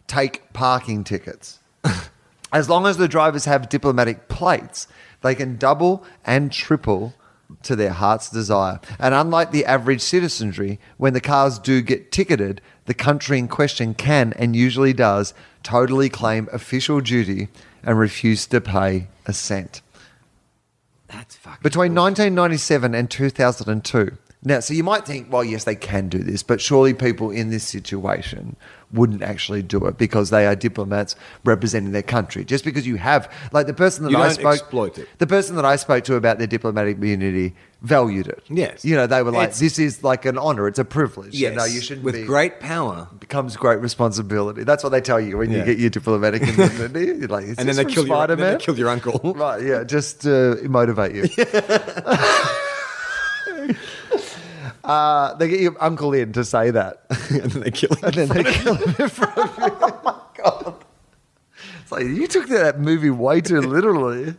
Speaker 1: Take parking tickets. *laughs* as long as the drivers have diplomatic plates, they can double and triple to their heart's desire. And unlike the average citizenry, when the cars do get ticketed, the country in question can and usually does totally claim official duty and refuse to pay a cent
Speaker 5: That's fucking.
Speaker 1: between 1997 and 2002. Now, so you might think, well, yes, they can do this, but surely people in this situation wouldn't actually do it because they are diplomats representing their country. Just because you have, like the person that
Speaker 5: You
Speaker 1: I
Speaker 5: don't
Speaker 1: spoke,
Speaker 5: exploit it.
Speaker 1: the person that I spoke to about their diplomatic immunity valued it.
Speaker 5: Yes.
Speaker 1: you know they were like,
Speaker 5: It's-
Speaker 1: this is like an honor, it's a privilege.
Speaker 5: Yes.
Speaker 1: you know, you shouldn't
Speaker 5: With
Speaker 1: be-
Speaker 5: great power.
Speaker 1: Becomes great responsibility. That's what they tell you when you
Speaker 5: Yeah.
Speaker 1: get your diplomatic immunity. *laughs* You're like, is
Speaker 5: And
Speaker 1: this
Speaker 5: then they
Speaker 1: from
Speaker 5: kill your. Then
Speaker 1: Spider-Man?
Speaker 5: they kill your uncle.
Speaker 1: *laughs* Right, yeah, just to motivate
Speaker 5: *laughs*
Speaker 1: you. *laughs* uh, they get your uncle in to say that,
Speaker 5: *laughs*
Speaker 1: *laughs*
Speaker 5: and then they kill. *laughs*
Speaker 1: and then they kill him in front of you. *laughs* oh my god! It's like you took that movie way too literally.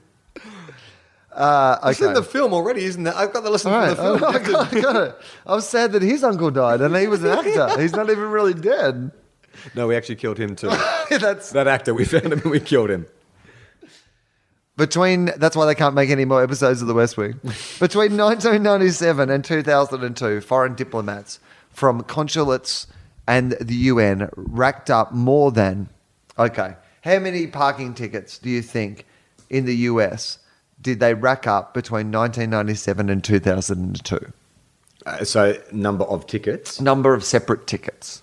Speaker 1: Uh, okay.
Speaker 5: It's in the film already, isn't it? I've got the lesson
Speaker 1: All right,
Speaker 5: from the film.
Speaker 1: I got, I got it. I'm sad that his uncle died, and he was an actor. He's not even really dead. *laughs*
Speaker 5: no, we actually killed him too. *laughs*
Speaker 1: That's
Speaker 5: that actor. We found him and we killed him.
Speaker 1: Between that's why they can't make any more episodes of The West
Speaker 5: *laughs*
Speaker 1: Wing. Between 1997 and 2002, foreign diplomats from consulates and the UN racked up more than okay. How many parking tickets do you think in the US did they rack up between 1997 and 2002?
Speaker 5: Uh, so number of tickets.
Speaker 1: Number of separate tickets.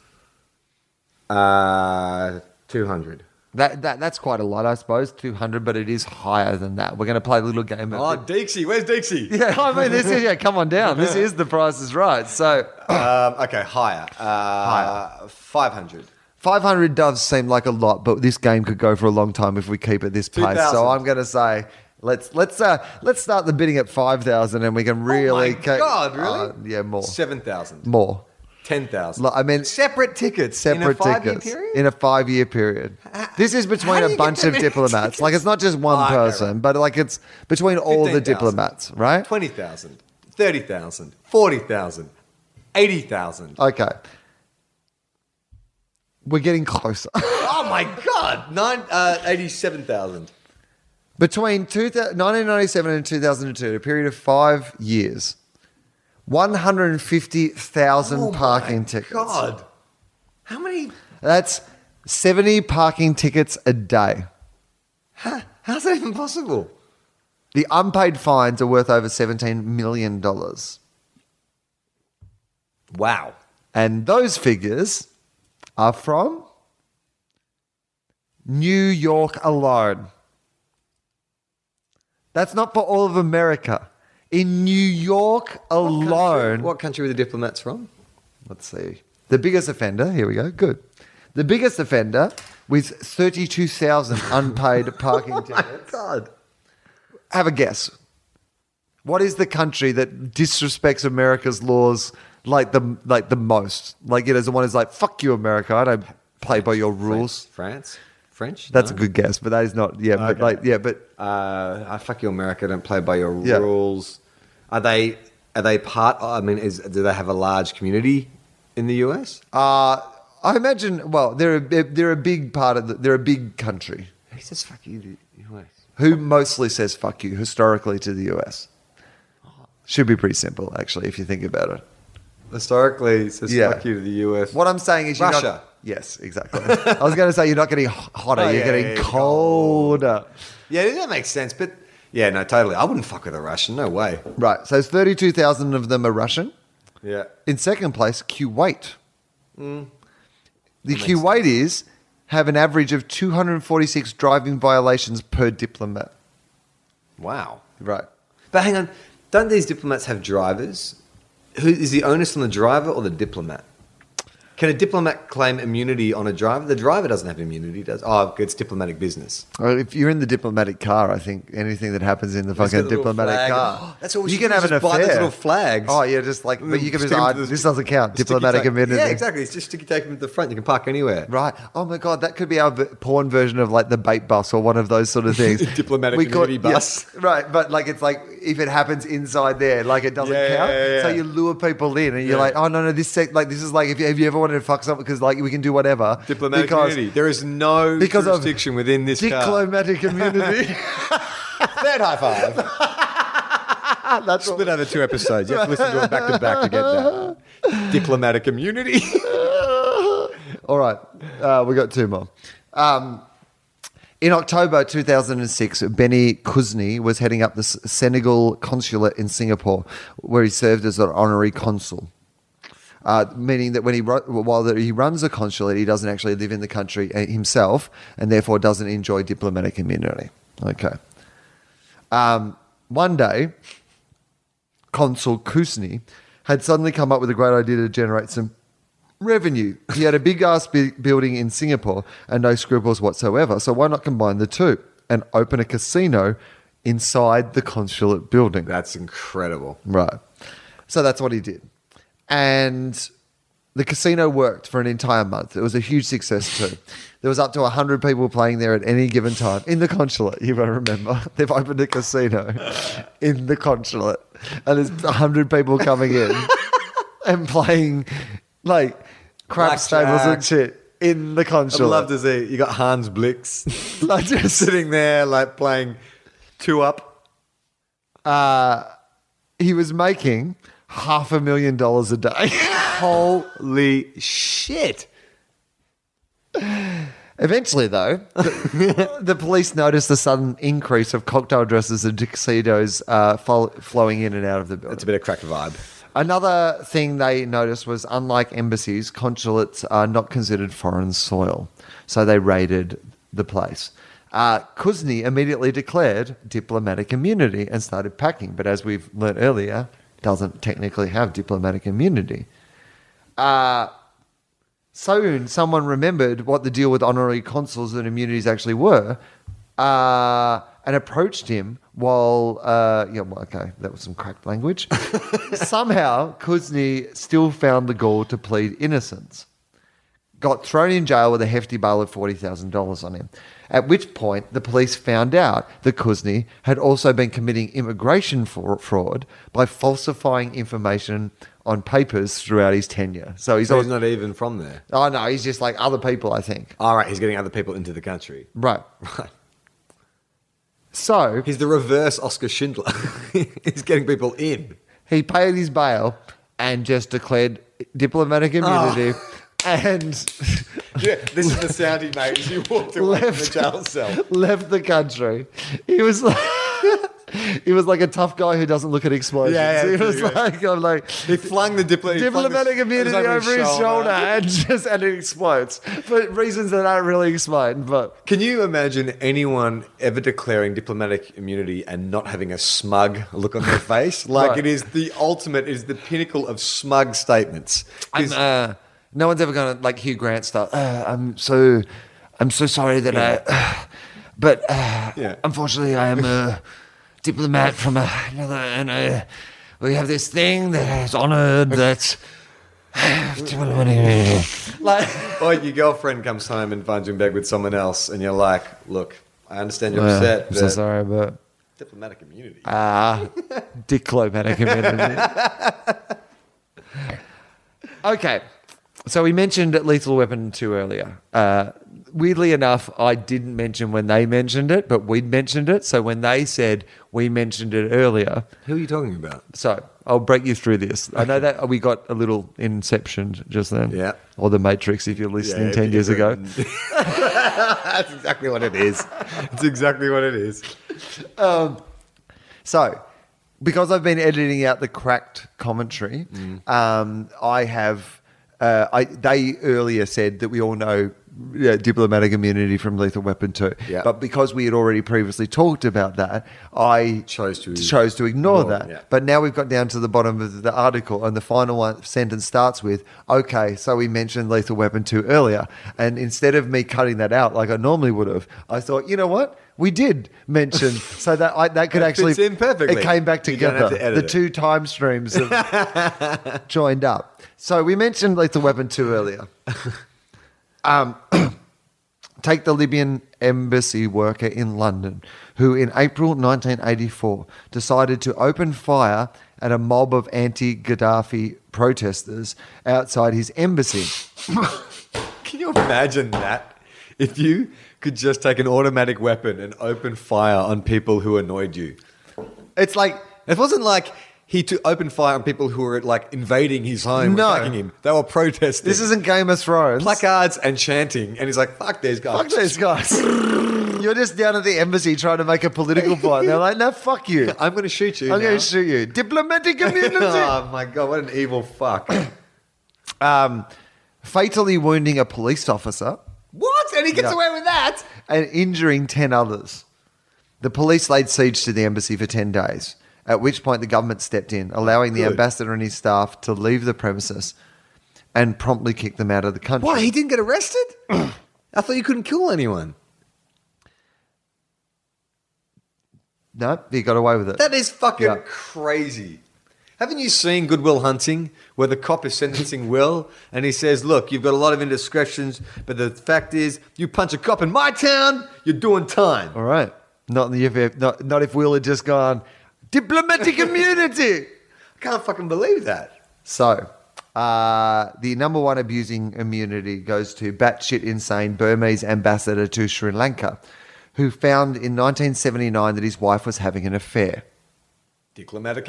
Speaker 5: Uh, two hundred.
Speaker 1: That, that that's quite a lot, I suppose, two hundred, but it is higher than that. We're going to play a little game. of-
Speaker 4: Oh, Dixie, where's Dixie?
Speaker 5: *laughs*
Speaker 1: *laughs* yeah, I mean, this is yeah. Come on down. This is the Price is Right. So
Speaker 4: um, okay, higher. Uh, higher. Five hundred.
Speaker 1: five hundred does seem like a lot, but this game could go for a long time if we keep it this pace.
Speaker 4: 2,000.
Speaker 1: So I'm going to say. Let's let's uh let's start the bidding at five thousand, and we can really. ca-
Speaker 4: Oh God, really?
Speaker 1: Uh, yeah, more,
Speaker 4: Seven thousand.
Speaker 1: more.
Speaker 4: Ten thousand.
Speaker 1: Like, I mean,
Speaker 4: separate tickets.
Speaker 1: separate
Speaker 4: in a five-year
Speaker 1: tickets
Speaker 4: period?
Speaker 1: in a five year period. This is
Speaker 4: how
Speaker 1: between
Speaker 4: do
Speaker 1: a
Speaker 4: you
Speaker 1: bunch
Speaker 4: get
Speaker 1: of
Speaker 4: that many
Speaker 1: diplomats. Like it's not just one
Speaker 4: Oh, okay, right.
Speaker 1: person, but like it's between all the
Speaker 4: 15,000.
Speaker 1: diplomats, right?
Speaker 4: 20,000, 30,000, 40,000, 80,000.
Speaker 1: Okay. We're getting closer.
Speaker 4: Oh my God! Nine, uh, 87,000.
Speaker 1: between two, 1997 and 2002, a period of five years, 150,000
Speaker 4: Oh
Speaker 1: parking
Speaker 4: my
Speaker 1: tickets.
Speaker 4: God. How many?
Speaker 1: That's 70 parking tickets a day.
Speaker 4: How's that even possible?
Speaker 1: The unpaid fines are worth over $17 million.
Speaker 4: Wow.
Speaker 1: And those figures are from New York alone. That's not for all of America. In New York alone,
Speaker 4: What country were the diplomats from?
Speaker 1: let's see. The biggest offender, here we go, good. The biggest offender with 32,000 *laughs* unpaid
Speaker 4: *laughs*
Speaker 1: parking
Speaker 4: Oh
Speaker 1: tickets.
Speaker 4: God.
Speaker 1: Have a guess. What is the country that disrespects America's laws like the like the most? Like it is the one who's like, fuck you, America. I don't play by your rules.
Speaker 4: France? French?
Speaker 1: That's
Speaker 4: No?
Speaker 1: a good guess, but that is not. Yeah, but like, yeah, but
Speaker 4: Uh, I fuck you, America. Don't play by your
Speaker 1: Yeah.
Speaker 4: rules. Are they? Are they part? I mean, is, do they have a large community in the US?
Speaker 1: uh, I imagine. Well, they're a, they're a big part of. The, they're a big country
Speaker 4: He says fuck you, the US.
Speaker 1: who mostly says "fuck you" historically to the U.S. Should be pretty simple, actually, if you think about it.
Speaker 4: Historically, it says
Speaker 1: Yeah.
Speaker 4: fuck you to the US.
Speaker 1: What I'm saying is, you're not-
Speaker 4: Russia.
Speaker 1: yes, exactly. I was going to say you're not getting h- hotter;
Speaker 4: Oh,
Speaker 1: you're
Speaker 4: yeah,
Speaker 1: getting
Speaker 4: yeah, yeah,
Speaker 1: colder.
Speaker 4: Yeah, that makes sense. But yeah, no, totally. I wouldn't fuck with a Russian. No way.
Speaker 1: Right. So, 32,000 of them are Russian.
Speaker 4: Yeah.
Speaker 1: In second place, Kuwait.
Speaker 4: Mm.
Speaker 1: The Kuwaitis have an average of 246 driving violations per diplomat.
Speaker 4: Wow.
Speaker 1: Right.
Speaker 4: But hang on, don't these diplomats have drivers? Who is the onus on the driver or the diplomat? Can a diplomat claim immunity on a driver? The driver doesn't have immunity, does? Oh, it's diplomatic business.
Speaker 1: Well, if you're in the diplomatic car, I think anything that happens in the
Speaker 4: Let's
Speaker 1: fucking
Speaker 4: get a little
Speaker 1: diplomatic
Speaker 4: flag.
Speaker 1: car,
Speaker 4: *gasps* That's what we should do, just buy those little flags.
Speaker 1: Oh yeah, just like but you can just
Speaker 4: Mm, *laughs* Stick 'em
Speaker 1: ah,
Speaker 4: to the-
Speaker 1: this doesn't count.
Speaker 4: Sticky
Speaker 1: Diplomatic
Speaker 4: tape.
Speaker 1: immunity.
Speaker 4: Yeah, exactly. It's just sticky tape them to the front. You can park anywhere.
Speaker 1: Right. Oh my god, that could be our v- porn version of like the bait bus or one of those
Speaker 4: *laughs*
Speaker 1: sort of things.
Speaker 4: Diplomatic immunity bus.
Speaker 1: yeah, right, but like it's like if it happens inside there, like it doesn't
Speaker 4: Yeah, yeah,
Speaker 1: count.
Speaker 4: yeah,
Speaker 1: So
Speaker 4: yeah.
Speaker 1: you lure people in, and you're
Speaker 4: Yeah.
Speaker 1: like, oh no, no, this sec- like this is like if you, have you ever wanted to fuck something because like we can do whatever
Speaker 4: Diplomatic immunity. There is no
Speaker 1: because of
Speaker 4: jurisdiction within this car.
Speaker 1: diplomatic
Speaker 4: *laughs*
Speaker 1: immunity.
Speaker 4: Third high five.
Speaker 1: That's
Speaker 4: Split over two episodes. You have to listen to it back to back to get that. Diplomatic immunity.
Speaker 1: All right, uh, we got two more. Um, in October 2006, Benny Kuzni was heading up the S- Senegal consulate in Singapore, where he served as an honorary consul. Uh, meaning that when he ru- while that he runs the consulate, he doesn't actually live in the country uh, himself, and therefore doesn't enjoy diplomatic immunity. Okay. Um, one day, Consul Kusni had suddenly come up with a great idea to generate some revenue. He had a big ass bu- building in Singapore and no scruples whatsoever. So why not combine the two and open a casino inside the consulate building?
Speaker 4: *laughs* That's incredible.
Speaker 1: Right. So that's what he did. And the casino worked for an entire month. It was a huge success
Speaker 4: *laughs*
Speaker 1: too. There was up to 100 people playing there at any given time in the consulate. You won't remember. *laughs* They've opened a
Speaker 4: *laughs*
Speaker 1: casino in the consulate and there's 100 people coming
Speaker 4: *laughs*
Speaker 1: in and playing like crap tables and
Speaker 4: Blackjack.
Speaker 1: shit in the
Speaker 4: I'd
Speaker 1: consulate.
Speaker 4: love to see you got Hans *laughs* Blix
Speaker 1: Like, just-
Speaker 4: sitting there like playing two up.
Speaker 1: he was making half a million dollars a
Speaker 4: *laughs*
Speaker 1: day.
Speaker 4: Holy shit!
Speaker 1: Eventually,
Speaker 4: *laughs*
Speaker 1: though, the, the police noticed the sudden increase of cocktail dresses and tuxedos uh, fol- flowing in and out of the building.
Speaker 4: It's a bit of crack vibe.
Speaker 1: Another thing they noticed was unlike embassies, consulates are not considered foreign soil. So they raided the place. Uh, Kuzni immediately declared diplomatic immunity and started packing, but as we've learned earlier, doesn't technically have diplomatic immunity. Soon, someone remembered what the deal with honorary consuls and immunities actually were, uh, and approached him while. Uh, yeah, well, okay, that was some cracked language. Somehow, Kuzni still found the gall to plead innocence. Got thrown in jail with a hefty bail of forty thousand dollars on him. At which point, the police found out that Kuzni had also been committing immigration fra- fraud by falsifying information on papers throughout his tenure. So he's
Speaker 4: So
Speaker 1: always
Speaker 4: he's not even from there.
Speaker 1: Oh no, he's just like other people, I think.
Speaker 4: All right, he's getting other people into the country.
Speaker 1: Right.
Speaker 4: Right.
Speaker 1: So
Speaker 4: He's the reverse Oscar Schindler. *laughs* he's getting people in.
Speaker 1: he paid his bail and just declared
Speaker 4: Oh.
Speaker 1: diplomatic immunity
Speaker 4: *laughs*
Speaker 1: and
Speaker 4: Yeah, this is the sound he made as he walked away from the
Speaker 1: left
Speaker 4: jail cell.
Speaker 1: Left the country. He was *laughs* like He was like a tough guy who doesn't look at explosions.
Speaker 4: Yeah,
Speaker 1: he
Speaker 4: yeah,
Speaker 1: was
Speaker 4: yeah.
Speaker 1: like, I'm like
Speaker 4: He flung the diplo- he flung
Speaker 1: diplomatic
Speaker 4: the-
Speaker 1: immunity
Speaker 4: it was
Speaker 1: over, his shoulder, and *laughs* just and it explodes for reasons that aren't really explained. But
Speaker 4: Can you imagine anyone ever declaring diplomatic immunity and not having a smug
Speaker 1: *laughs*
Speaker 4: look on their face? Like
Speaker 1: Right.
Speaker 4: it is the ultimate, it is the pinnacle of smug statements.
Speaker 1: I'm, uh, no one's ever gonna like Hugh Grant stuff. Uh, I'm so, I'm so sorry that I, but uh,
Speaker 4: Yeah.
Speaker 1: unfortunately I am
Speaker 4: *laughs*
Speaker 1: a diplomat from a, another, and uh we have this thing that is honoured that. *sighs* like,
Speaker 4: Or oh, your girlfriend comes home and finds you in bed with someone else, and you're like, "Look, I understand you're upset,
Speaker 1: I'm
Speaker 4: but
Speaker 1: so sorry, Uh, but
Speaker 4: diplomatic immunity."
Speaker 1: diplomatic immunity. okay, so we mentioned Lethal Weapon 2 earlier. Uh, weirdly enough, I didn't mention when they mentioned it, but we'd mentioned it. So when they said we mentioned it earlier,
Speaker 4: Who are you talking about?
Speaker 1: so I'll break you through this. I know that we got a little inception just then.
Speaker 4: Yeah.
Speaker 1: Or the Matrix if you're listening 10 years ago.
Speaker 4: *laughs* That's exactly what it is. It's exactly what it is.
Speaker 1: So, because I've been editing out the cracked commentary,
Speaker 4: Mm.
Speaker 1: um, I have. Uh, I, they earlier said that we all know uh, diplomatic immunity from Lethal Weapon 2.
Speaker 4: Yeah.
Speaker 1: But because we had already previously talked about that, I
Speaker 4: Chose to-
Speaker 1: chose to ignore
Speaker 4: ignore,
Speaker 1: that.
Speaker 4: yeah.
Speaker 1: But now we've got down to the bottom of the article, and the final one sentence starts with, "Okay, so we mentioned Lethal Weapon two earlier, and instead of me cutting that out like I normally would have, I thought, you know what, we did
Speaker 4: *laughs*
Speaker 1: mention, so that I, that could
Speaker 4: It
Speaker 1: actually
Speaker 4: fits in perfectly.
Speaker 1: It came back
Speaker 4: You don't have
Speaker 1: together.
Speaker 4: to edit
Speaker 1: the
Speaker 4: it.
Speaker 1: two time streams have
Speaker 4: *laughs*
Speaker 1: joined up. So we mentioned Lethal Weapon two earlier. Um, *clears throat* Take the Libyan embassy worker in London, who in April 1984 decided to open fire at a mob of anti Gaddafi protesters outside his embassy.
Speaker 4: Can you imagine that? If you could just take an automatic weapon and open fire on people who annoyed you,
Speaker 1: It's like,
Speaker 4: it wasn't like he to open fire on people who were like invading his home,
Speaker 1: No.
Speaker 4: attacking him. They were protesting.
Speaker 1: this isn't Game of Thrones.
Speaker 4: placards and chanting, and he's like, "Fuck these guys."
Speaker 1: Fuck these guys.
Speaker 4: *laughs*
Speaker 1: You're just down at the embassy trying to make a political point. They're like, no, fuck you.
Speaker 4: I'm going to shoot you.
Speaker 1: I'm
Speaker 4: now.
Speaker 1: going to shoot you. Diplomatic immunity.
Speaker 4: Oh my god, what an evil fuck.
Speaker 1: *laughs* um, fatally wounding a police officer.
Speaker 4: what? And he gets
Speaker 1: Yeah.
Speaker 4: away with that?
Speaker 1: and injuring 10 others. The police laid siege to the embassy for 10 days, at which point the government stepped in, allowing the
Speaker 4: Good.
Speaker 1: ambassador and his staff to leave the premises and promptly kicked them out of the country.
Speaker 4: What? He didn't get arrested? *clears throat* I thought you couldn't kill anyone.
Speaker 1: No, he got away with it.
Speaker 4: That is fucking
Speaker 1: Yeah.
Speaker 4: crazy. Haven't you seen Goodwill Hunting, where the cop is sentencing *laughs* Will, and he says, "Look, you've got a lot of indiscretions, but the fact is, you punch a cop in my town, you're doing time."
Speaker 1: All right. Not if, not, not if Will had just gone, diplomatic immunity.
Speaker 4: I can't fucking believe that.
Speaker 1: So, uh, the number one abusing immunity goes to batshit insane Burmese ambassador to Sri Lanka, who found in 1979 that his wife was having an affair.
Speaker 4: Diplomatic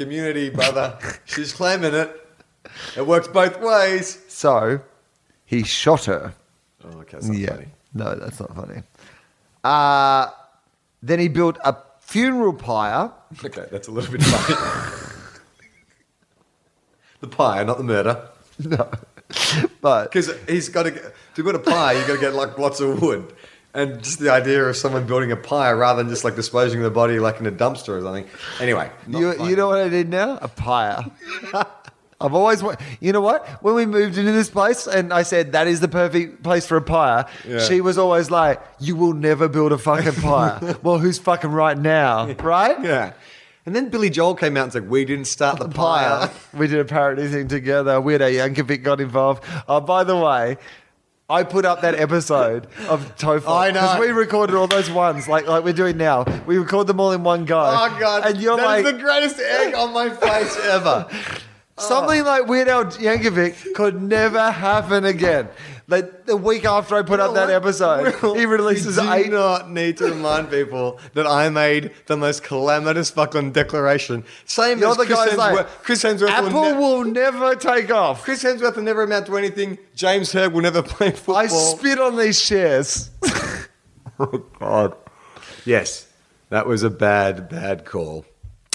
Speaker 1: *laughs*
Speaker 4: immunity, brother. She's claiming it. It works both ways.
Speaker 1: So, he shot her.
Speaker 4: Oh, okay, that's not
Speaker 1: yeah.
Speaker 4: funny.
Speaker 1: No, that's not funny. Uh, then he built a funeral pyre.
Speaker 4: Okay, that's a little bit funny. *laughs* the pie, not the murder.
Speaker 1: No. But
Speaker 4: Because he's got to get, to get a pie, you got to get like lots of wood. And just the idea of someone building a pyre rather than just like disposing of the body like in a dumpster or something. Anyway, not
Speaker 1: You,
Speaker 4: fun.
Speaker 1: you know what I did now? A pyre. *laughs* I've always, wa- you know what? When we moved into this place and I said, that is the perfect place for a pyre,
Speaker 4: Yeah.
Speaker 1: she was always like, you will never build a fucking
Speaker 4: *laughs*
Speaker 1: pyre. well, who's fucking right now, right?
Speaker 4: Yeah. And then Billy Joel came out and said, "We didn't start the pyre."
Speaker 1: we did a parody thing together. Weirdo Yankovic got involved. Oh, by the way, I put up that episode of Tofop.
Speaker 4: I know.
Speaker 1: Because we recorded all those ones, like like we're doing now. We record them all in one go.
Speaker 4: *laughs* Oh god!
Speaker 1: And you're
Speaker 4: That
Speaker 1: like,
Speaker 4: is the greatest egg on my face ever.
Speaker 1: Oh. Something like Weird Al Yankovic could never happen again. Like the week after I put up that episode, he releases
Speaker 4: you do
Speaker 1: eight.
Speaker 4: not need to remind people that I made the most calamitous fucking declaration. Same
Speaker 1: You're
Speaker 4: as
Speaker 1: the
Speaker 4: Chris
Speaker 1: guy's
Speaker 4: Hemsworth.
Speaker 1: like,
Speaker 4: Chris Hemsworth
Speaker 1: Apple
Speaker 4: will, ne-
Speaker 1: will never take off.
Speaker 4: Chris Hemsworth will never amount to anything. James Herb will never *laughs* play football.
Speaker 1: I spit on these chairs.
Speaker 4: God. Yes, that was a bad, bad call.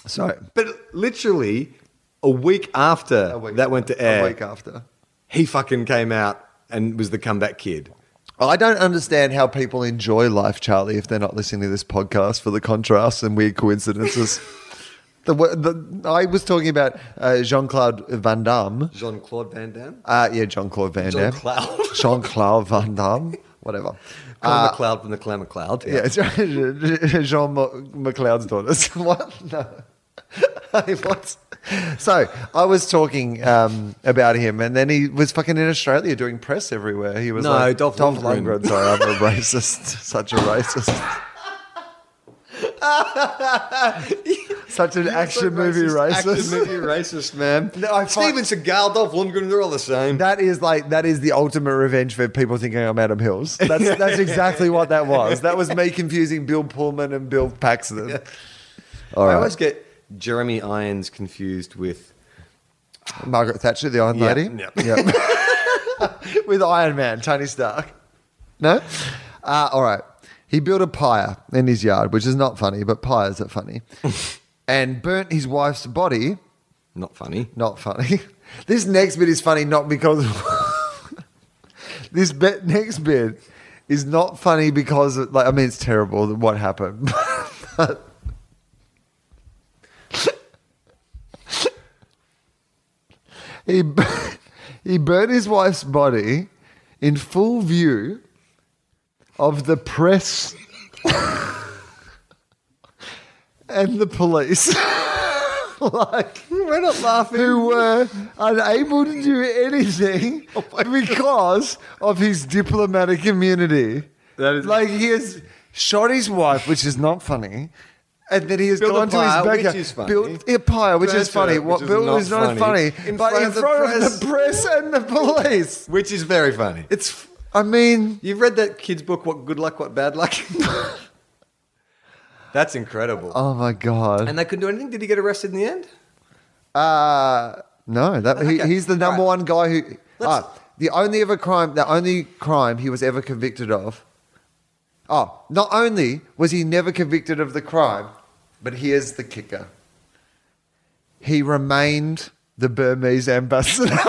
Speaker 1: Sorry.
Speaker 4: But literally, a week after that went to air,
Speaker 1: A week after.
Speaker 4: he fucking came out and was the comeback kid.
Speaker 1: I don't understand how people enjoy life, Charlie, if they're not listening to this podcast for the contrasts and weird *laughs* coincidences. the, wo- the, I was talking about uh, Jean Claude Van Damme.
Speaker 4: Jean Claude Van Damme.
Speaker 1: Uh, yeah, Jean Claude Van Damme.
Speaker 4: Jean-Claude.
Speaker 1: *laughs* Jean Claude Van Damme. Whatever. Uh,
Speaker 4: Connor McLeod from the Clan McLeod.
Speaker 1: Yeah,
Speaker 4: *laughs*
Speaker 1: it's *laughs* Jean McLeod's daughters. *laughs* what? No. what? So I was talking um, about him, and then he was fucking in Australia doing press everywhere. He was
Speaker 4: No,
Speaker 1: like,
Speaker 4: Dolph Lundgren."
Speaker 1: Sorry, I'm
Speaker 4: *laughs*
Speaker 1: a racist. Such a racist. Such an action movie racist.
Speaker 4: Action movie racist, *laughs* man.
Speaker 1: No, I
Speaker 4: Steven
Speaker 1: find-
Speaker 4: Seagal, Dolph Lundgren, they're all the same.
Speaker 1: That is like that is the ultimate revenge for people thinking I'm Adam Hills. That's that's exactly what that was. That was me confusing Bill Pullman and Bill Paxton. All
Speaker 4: I
Speaker 1: right,
Speaker 4: always get Jeremy Irons confused with.
Speaker 1: Margaret Thatcher, the Iron
Speaker 4: Yeah,
Speaker 1: Lady,
Speaker 4: yeah.
Speaker 1: Yep. *laughs* with Iron Man, Tony Stark. No, uh, all right. He built a pyre in his yard, which is not funny, but pyres are
Speaker 4: *laughs*
Speaker 1: funny, and burnt his wife's body.
Speaker 4: Not funny.
Speaker 1: Not funny. *laughs* This next bit is funny not because *laughs* this bit next bit is not funny because of, like I mean it's terrible what happened. *laughs* he *laughs* bu- he burned his wife's body in full view of the press *laughs* and the police. *laughs* like we're not laughing. Who were unable to do
Speaker 4: *laughs*
Speaker 1: anything
Speaker 4: Oh
Speaker 1: because of his diplomatic immunity.
Speaker 4: That is-
Speaker 1: like he has shot his wife, which is not funny. And then he has
Speaker 4: Built a
Speaker 1: gone to his
Speaker 4: pyre, which
Speaker 1: backyard,
Speaker 4: is funny.
Speaker 1: built a pyre, which is
Speaker 4: Burnt it,
Speaker 1: funny.
Speaker 4: which
Speaker 1: what
Speaker 4: is
Speaker 1: built
Speaker 4: not
Speaker 1: is not funny,
Speaker 4: funny. In
Speaker 1: but
Speaker 4: front
Speaker 1: in
Speaker 4: of the
Speaker 1: front of
Speaker 4: press.
Speaker 1: the press and the police.
Speaker 4: Which is very funny.
Speaker 1: It's, I mean,
Speaker 4: You've read that kid's book, What Good Luck, What Bad Luck? *laughs* That's incredible.
Speaker 1: oh my god.
Speaker 4: Uh, and they couldn't do anything? Did he get arrested in the end?
Speaker 1: Uh, no, that he,
Speaker 4: Okay,
Speaker 1: he's the number
Speaker 4: right.
Speaker 1: one guy who.
Speaker 4: Let's-
Speaker 1: ah, the only ever crime, the only crime he was ever convicted of. Oh, not only was he never convicted of the crime, but here's the kicker. He remained the Burmese ambassador. *laughs*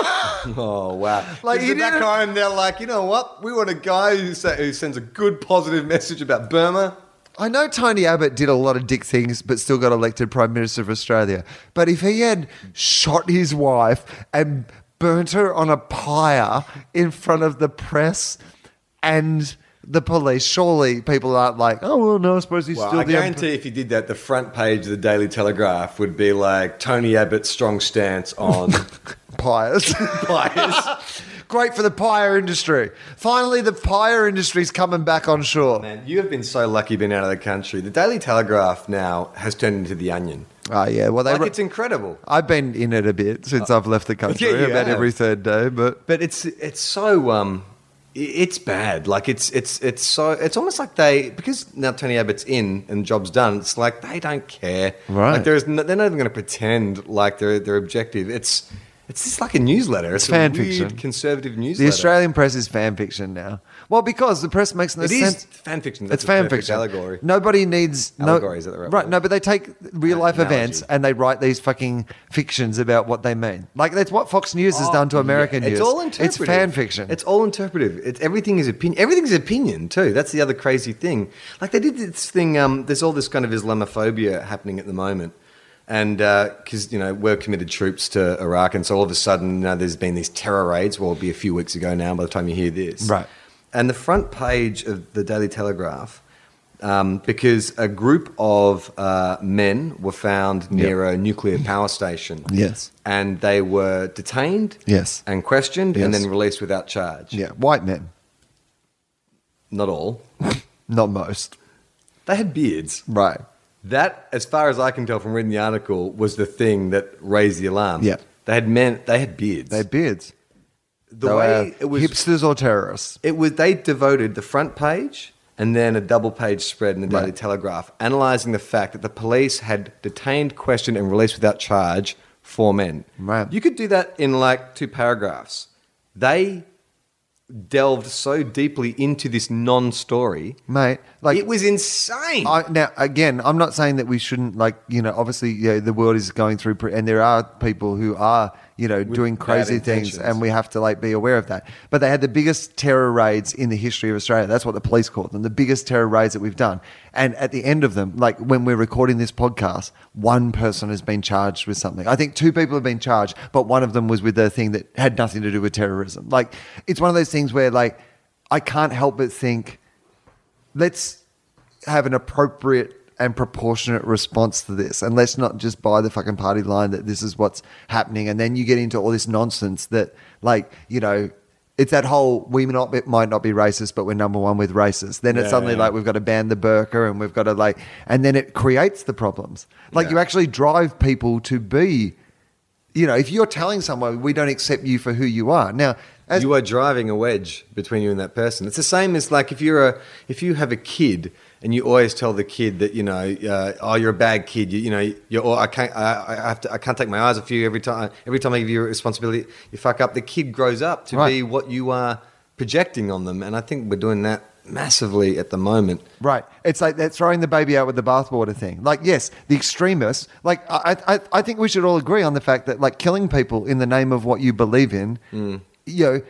Speaker 4: Oh, wow.
Speaker 1: Like,
Speaker 4: Like,
Speaker 1: he
Speaker 4: at that
Speaker 1: didn't-
Speaker 4: time, they're like, you know what? We want a guy who, sa- who sends a good, positive message about Burma.
Speaker 1: I know Tony Abbott did a lot of dick things, but still got elected Prime Minister of Australia. But if he had shot his wife and burnt her on a pyre in front of the press and the police, surely people aren't like, oh, well, no, I suppose he's
Speaker 4: Well,
Speaker 1: still
Speaker 4: I
Speaker 1: the.
Speaker 4: guarantee if you did that, the front page of the Daily Telegraph would be like Tony Abbott's strong stance *laughs* on
Speaker 1: *laughs*
Speaker 4: *laughs*
Speaker 1: pyres.
Speaker 4: bias.
Speaker 1: *laughs* Great for the pyre industry. Finally, the pyre industry's coming back on shore.
Speaker 4: Man, you have been so lucky being out of the country. The Daily Telegraph now has turned into The Onion.
Speaker 1: Oh, yeah. Well, they.
Speaker 4: Like,
Speaker 1: wrote-
Speaker 4: it's incredible.
Speaker 1: I've been in it a bit since I've
Speaker 4: *laughs*
Speaker 1: left the country,
Speaker 4: Uh, you
Speaker 1: about
Speaker 4: have.
Speaker 1: every third day, but.
Speaker 4: But it's it's so um, i- it's bad. Like it's it's it's so it's almost like they because now Tony Abbott's in and job's done. It's like they don't care.
Speaker 1: Right.
Speaker 4: Like there's no, they're not even going to pretend like they're they're objective. It's It's just like a newsletter. It's,
Speaker 1: It's fan
Speaker 4: a weird
Speaker 1: fiction.
Speaker 4: conservative
Speaker 1: The
Speaker 4: newsletter.
Speaker 1: Australian press is fan fiction now. Well, because the press makes no
Speaker 4: It is
Speaker 1: sense.
Speaker 4: fan fiction. That's
Speaker 1: It's
Speaker 4: a
Speaker 1: fan
Speaker 4: perfect
Speaker 1: fiction.
Speaker 4: Allegory.
Speaker 1: Nobody needs no
Speaker 4: Allegory, is that the right
Speaker 1: right.
Speaker 4: word?
Speaker 1: No, but they take real life
Speaker 4: Analogy.
Speaker 1: events and they write these fucking fictions about what they mean. Like that's what Fox News has done to American
Speaker 4: Oh, Yeah,
Speaker 1: news.
Speaker 4: It's all interpretive.
Speaker 1: It's fan fiction.
Speaker 4: It's all interpretive. It's everything is opinion. Everything's opinion too. That's the other crazy thing. Like they did this thing. Um, there's all this kind of Islamophobia happening at the moment, and because you know we're committed troops to Iraq, and so all of a sudden you know, there's been these terror raids. Well, it'll be a few weeks ago now. By the time you hear this,
Speaker 1: Right.
Speaker 4: And the front page of the Daily Telegraph. Um, because a group of uh, men were found near a nuclear power
Speaker 1: *laughs*
Speaker 4: station.
Speaker 1: Yes.
Speaker 4: And they were detained
Speaker 1: Yes.
Speaker 4: and questioned and
Speaker 1: Yes.
Speaker 4: then released without charge.
Speaker 1: yeah, white men,
Speaker 4: Not all.
Speaker 1: not most.
Speaker 4: They had beards.
Speaker 1: Right.
Speaker 4: That, as far as I can tell from reading the article, was the thing that raised the alarm.
Speaker 1: Yeah.
Speaker 4: They had men they had beards.
Speaker 1: They had beards.
Speaker 4: the
Speaker 1: They
Speaker 4: way
Speaker 1: were
Speaker 4: it was
Speaker 1: hipsters or terrorists.
Speaker 4: it was they devoted the front page and then a double page spread in the Daily
Speaker 1: Right.
Speaker 4: Telegraph analyzing the fact that the police had detained, questioned, and released without charge four men.
Speaker 1: Right.
Speaker 4: You could do that in like two paragraphs. They delved so deeply into this non story.
Speaker 1: Mate, like-
Speaker 4: it was insane.
Speaker 1: I, now, again, I'm not saying that we shouldn't like you know. Obviously, you know, the world is going through, pre- and there are people who are you know doing
Speaker 4: bad
Speaker 1: crazy things,
Speaker 4: intentions.
Speaker 1: and we have to like be aware of that. But they had the biggest terror raids in the history of Australia. That's what the police called them, the biggest terror raids that we've done. And at the end of them, like when we're recording this podcast, one person has been charged with something. I think two people have been charged, but one of them was with a thing that had nothing to do with terrorism. Like it's one of those things where like I can't help but think let's have an appropriate and proportionate response to this and let's not just buy the fucking party line that this is what's happening and then you get into all this nonsense that like you know it's that whole we not it might not be racist but we're number one with racists then it's suddenly like we've got to ban the burqa and we've got to like and then it creates the problems like you actually drive people to be you know if you're telling someone we don't accept you for who you are now as
Speaker 4: you are driving a wedge between you and that person. It's the same as like if you're a if you have a kid and you always tell the kid that you know uh, oh you're a bad kid you, you know you're oh, I can't I, I have to I can't take my eyes off you every time every time I give you a responsibility you fuck up. The kid grows up to
Speaker 1: Right.
Speaker 4: be what you are projecting on them, and I think we're doing that massively at the moment.
Speaker 1: Right. It's like that throwing the baby out with the bathwater thing. Like, yes, the extremists. Like, I, I, I think we should all agree on the fact that like killing people in the name of what you believe in,
Speaker 4: Mm.
Speaker 1: you know,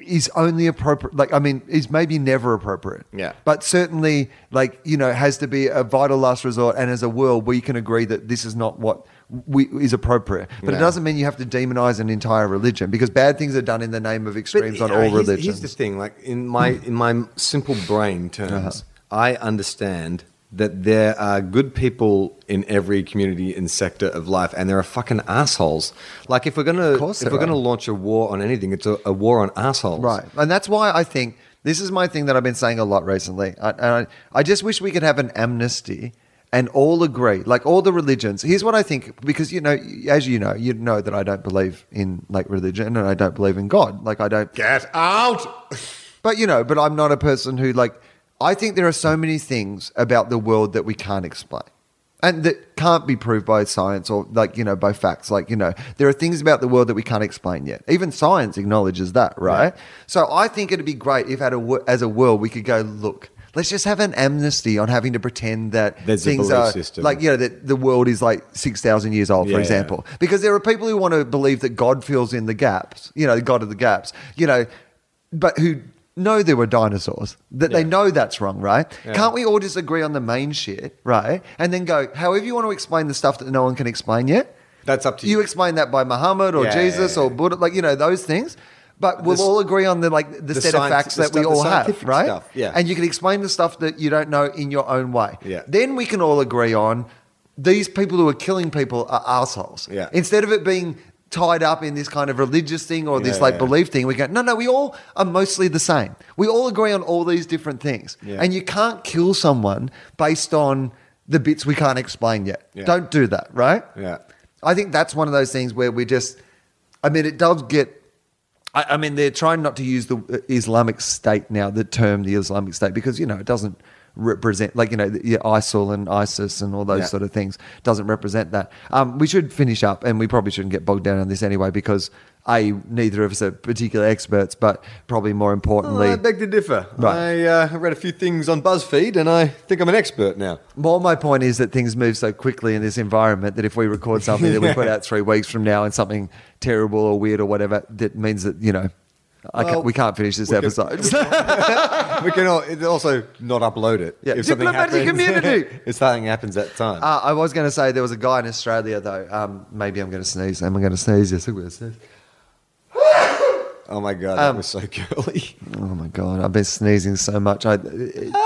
Speaker 1: is only appropriate. Like, I mean, is maybe never appropriate.
Speaker 4: Yeah.
Speaker 1: But certainly, like you know, has to be a vital last resort. And as a world, we can agree that this is not what we, is appropriate. But it
Speaker 4: Yeah.
Speaker 1: doesn't mean you have to demonize an entire religion because bad things are done in the name of extremes
Speaker 4: But,
Speaker 1: on
Speaker 4: you
Speaker 1: all
Speaker 4: know, here's-
Speaker 1: religions.
Speaker 4: Here's the thing: like in my in my simple brain
Speaker 1: Uh-huh.
Speaker 4: terms, I understand that there are good people in every community and sector of life, and there are fucking assholes. Like if we're gonna
Speaker 1: course
Speaker 4: if
Speaker 1: there
Speaker 4: we're
Speaker 1: are.
Speaker 4: gonna launch a war on anything, it's a, a war on assholes.
Speaker 1: Right. And that's why I think this is my thing that I've been saying a lot recently. I, and I, I just wish we could have an amnesty and all agree, like all the religions. Here's what I think because, you know, as you know, you know that I don't believe in like religion and I don't believe in God. Like, I don't.
Speaker 4: Get out.
Speaker 1: But, you know, but I'm not a person who, like, I think there are so many things about the world that we can't explain. And that can't be proved by science or like you know by facts. Like you know, there are things about the world that we can't explain yet. Even science acknowledges that, right? So I think it'd be great if, at a, wo- as a world, we could go look. Let's just have an amnesty on having to pretend that
Speaker 4: There's a
Speaker 1: things
Speaker 4: belief
Speaker 1: are
Speaker 4: system.
Speaker 1: like you know that the world is like six thousand years old, for
Speaker 4: Yeah.
Speaker 1: example, because there are people who want to believe that God fills in the gaps. You know, the God of the gaps. You know, but who know there were dinosaurs that they know that's wrong right can't we all just agree on the main shit right and then go however you want to explain the stuff that no one can explain yet
Speaker 4: That's up to
Speaker 1: you
Speaker 4: you.
Speaker 1: explain that by muhammad or
Speaker 4: Yeah, yeah,
Speaker 1: jesus
Speaker 4: yeah.
Speaker 1: or buddha like you know those things but we'll
Speaker 4: The s-
Speaker 1: all agree on the like the,
Speaker 4: the
Speaker 1: set of
Speaker 4: science-
Speaker 1: facts
Speaker 4: the
Speaker 1: that we
Speaker 4: stuff- the
Speaker 1: all have
Speaker 4: scientific
Speaker 1: right
Speaker 4: stuff, yeah.
Speaker 1: and you can explain the stuff that you don't know in your own way
Speaker 4: Yeah.
Speaker 1: then we can all agree on these people who are killing people are assholes
Speaker 4: Yeah.
Speaker 1: instead of it being tied up in this kind of religious thing or this
Speaker 4: Yeah,
Speaker 1: like
Speaker 4: yeah.
Speaker 1: belief thing we go no no we all are mostly the same we all agree on all these different things
Speaker 4: Yeah.
Speaker 1: and you can't kill someone based on the bits we can't explain yet
Speaker 4: Yeah.
Speaker 1: don't do that right
Speaker 4: Yeah.
Speaker 1: I think that's one of those things where we just, I mean, it does get. I, uh, I mean, they're trying not to use the Islamic State now, the term the Islamic State, because you know it doesn't represent, like, you know, the- yeah, ISIL and ISIS and all those
Speaker 4: Yeah.
Speaker 1: sort of things. Doesn't represent that. Um, we should finish up, and we probably shouldn't get bogged down on this anyway, because A, neither of us are particular experts, but probably more importantly,
Speaker 4: Oh, I beg to differ.
Speaker 1: Right.
Speaker 4: I uh, read a few things on BuzzFeed and I think I'm an expert now.
Speaker 1: Well, my point is that things move so quickly in this environment that if we record something that we
Speaker 4: *laughs*
Speaker 1: put out three weeks from now and something terrible or weird or whatever, that means that, you know, I
Speaker 4: Well,
Speaker 1: can't, we can't finish this
Speaker 4: we can-
Speaker 1: episode.
Speaker 4: We can al- it also not upload it.
Speaker 1: Yeah.
Speaker 4: If something
Speaker 1: Diplomatic
Speaker 4: happens,
Speaker 1: immunity.
Speaker 4: *laughs* if something happens at time.
Speaker 1: Uh, I was going to say there was a guy in Australia, though. Um, maybe I'm going to sneeze. Am I going to sneeze? Yes, I'm going to sneeze.
Speaker 4: oh my God,
Speaker 1: um,
Speaker 4: that was so *laughs* girly.
Speaker 1: Oh, my God. I've been sneezing so much. I, Ah,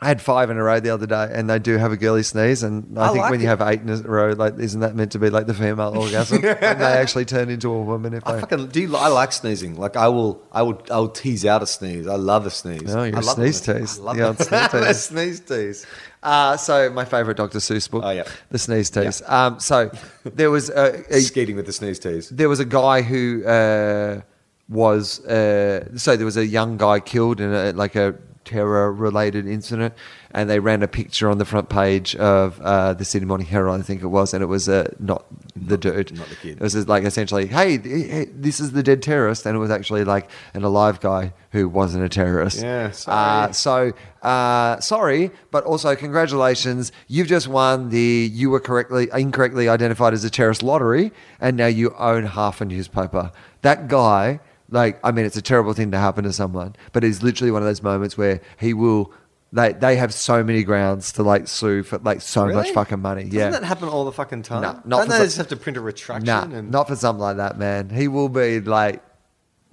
Speaker 1: I had five in a row the other day, and they do have a girly sneeze. And I,
Speaker 4: I
Speaker 1: think
Speaker 4: like
Speaker 1: when you
Speaker 4: it.
Speaker 1: have eight in a row, like isn't that meant to be like the
Speaker 4: *laughs*
Speaker 1: female orgasm? And they actually turn into a woman if
Speaker 4: I
Speaker 1: they.
Speaker 4: fucking do. I like sneezing. Like I will, I will, I will tease out a sneeze. I love a sneeze.
Speaker 1: No, Oh, you're
Speaker 4: I
Speaker 1: a
Speaker 4: love
Speaker 1: sneeze
Speaker 4: them.
Speaker 1: tease.
Speaker 4: I love
Speaker 1: Yeah,
Speaker 4: *laughs* them.
Speaker 1: sneeze
Speaker 4: I'm a
Speaker 1: tease.
Speaker 4: sneeze tease.
Speaker 1: Uh, so my favourite Dr. Seuss book,
Speaker 4: Oh, yeah.
Speaker 1: The Sneeze Tease. Um, so there was a, a-
Speaker 4: Skating with the sneeze tease.
Speaker 1: there was a guy who uh, was uh, so there was a young guy killed in a, like a terror related incident, and they ran a picture on the front page of uh, the Sydney Morning Herald, I think it was, and it was uh, not the dude,
Speaker 4: not the kid.
Speaker 1: It was just like essentially, hey, th- hey, this is the dead terrorist, and it was actually like an alive guy who wasn't a terrorist.
Speaker 4: Yeah,
Speaker 1: Uh,
Speaker 4: sorry.
Speaker 1: so uh, sorry, but also congratulations. You've just won the you were correctly incorrectly identified as a terrorist lottery, and now you own half a newspaper. That guy, like, I mean, it's a terrible thing to happen to someone, but it's literally one of those moments where he will. They they have so many grounds to like sue for like so much
Speaker 4: Really?
Speaker 1: fucking money.
Speaker 4: Doesn't
Speaker 1: yeah.
Speaker 4: that happen all the fucking time?
Speaker 1: Nah, not
Speaker 4: Don't
Speaker 1: for
Speaker 4: they
Speaker 1: some-
Speaker 4: just have to print a retraction?
Speaker 1: Nah,
Speaker 4: and
Speaker 1: not for something like that, man. He will be like,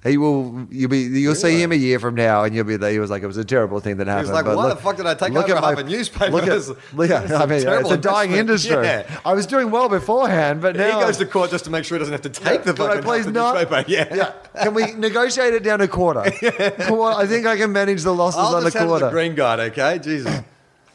Speaker 1: he will. You'll be. You'll see him a year from now, and you'll be. there. He was like, it was a terrible thing that happened.
Speaker 4: was like,
Speaker 1: but
Speaker 4: "Why
Speaker 1: look-
Speaker 4: the fuck did I take
Speaker 1: look
Speaker 4: over
Speaker 1: at my-
Speaker 4: half a newspaper?
Speaker 1: Look
Speaker 4: *laughs* This-
Speaker 1: at, look at-
Speaker 4: this is
Speaker 1: I
Speaker 4: a
Speaker 1: mean,
Speaker 4: terrible
Speaker 1: it's a dying industry.
Speaker 4: investment." Yeah.
Speaker 1: I was doing well beforehand, but now
Speaker 4: he goes to court just to make sure he doesn't have to take the
Speaker 1: Can I
Speaker 4: fucking
Speaker 1: please
Speaker 4: half the
Speaker 1: not?
Speaker 4: newspaper. *laughs* Yeah.
Speaker 1: Can we negotiate it down a quarter?
Speaker 4: *laughs*
Speaker 1: Quarter- I think I can manage the losses
Speaker 4: I'll
Speaker 1: on
Speaker 4: just
Speaker 1: a
Speaker 4: handle
Speaker 1: quarter.
Speaker 4: the green guide, okay? Jesus.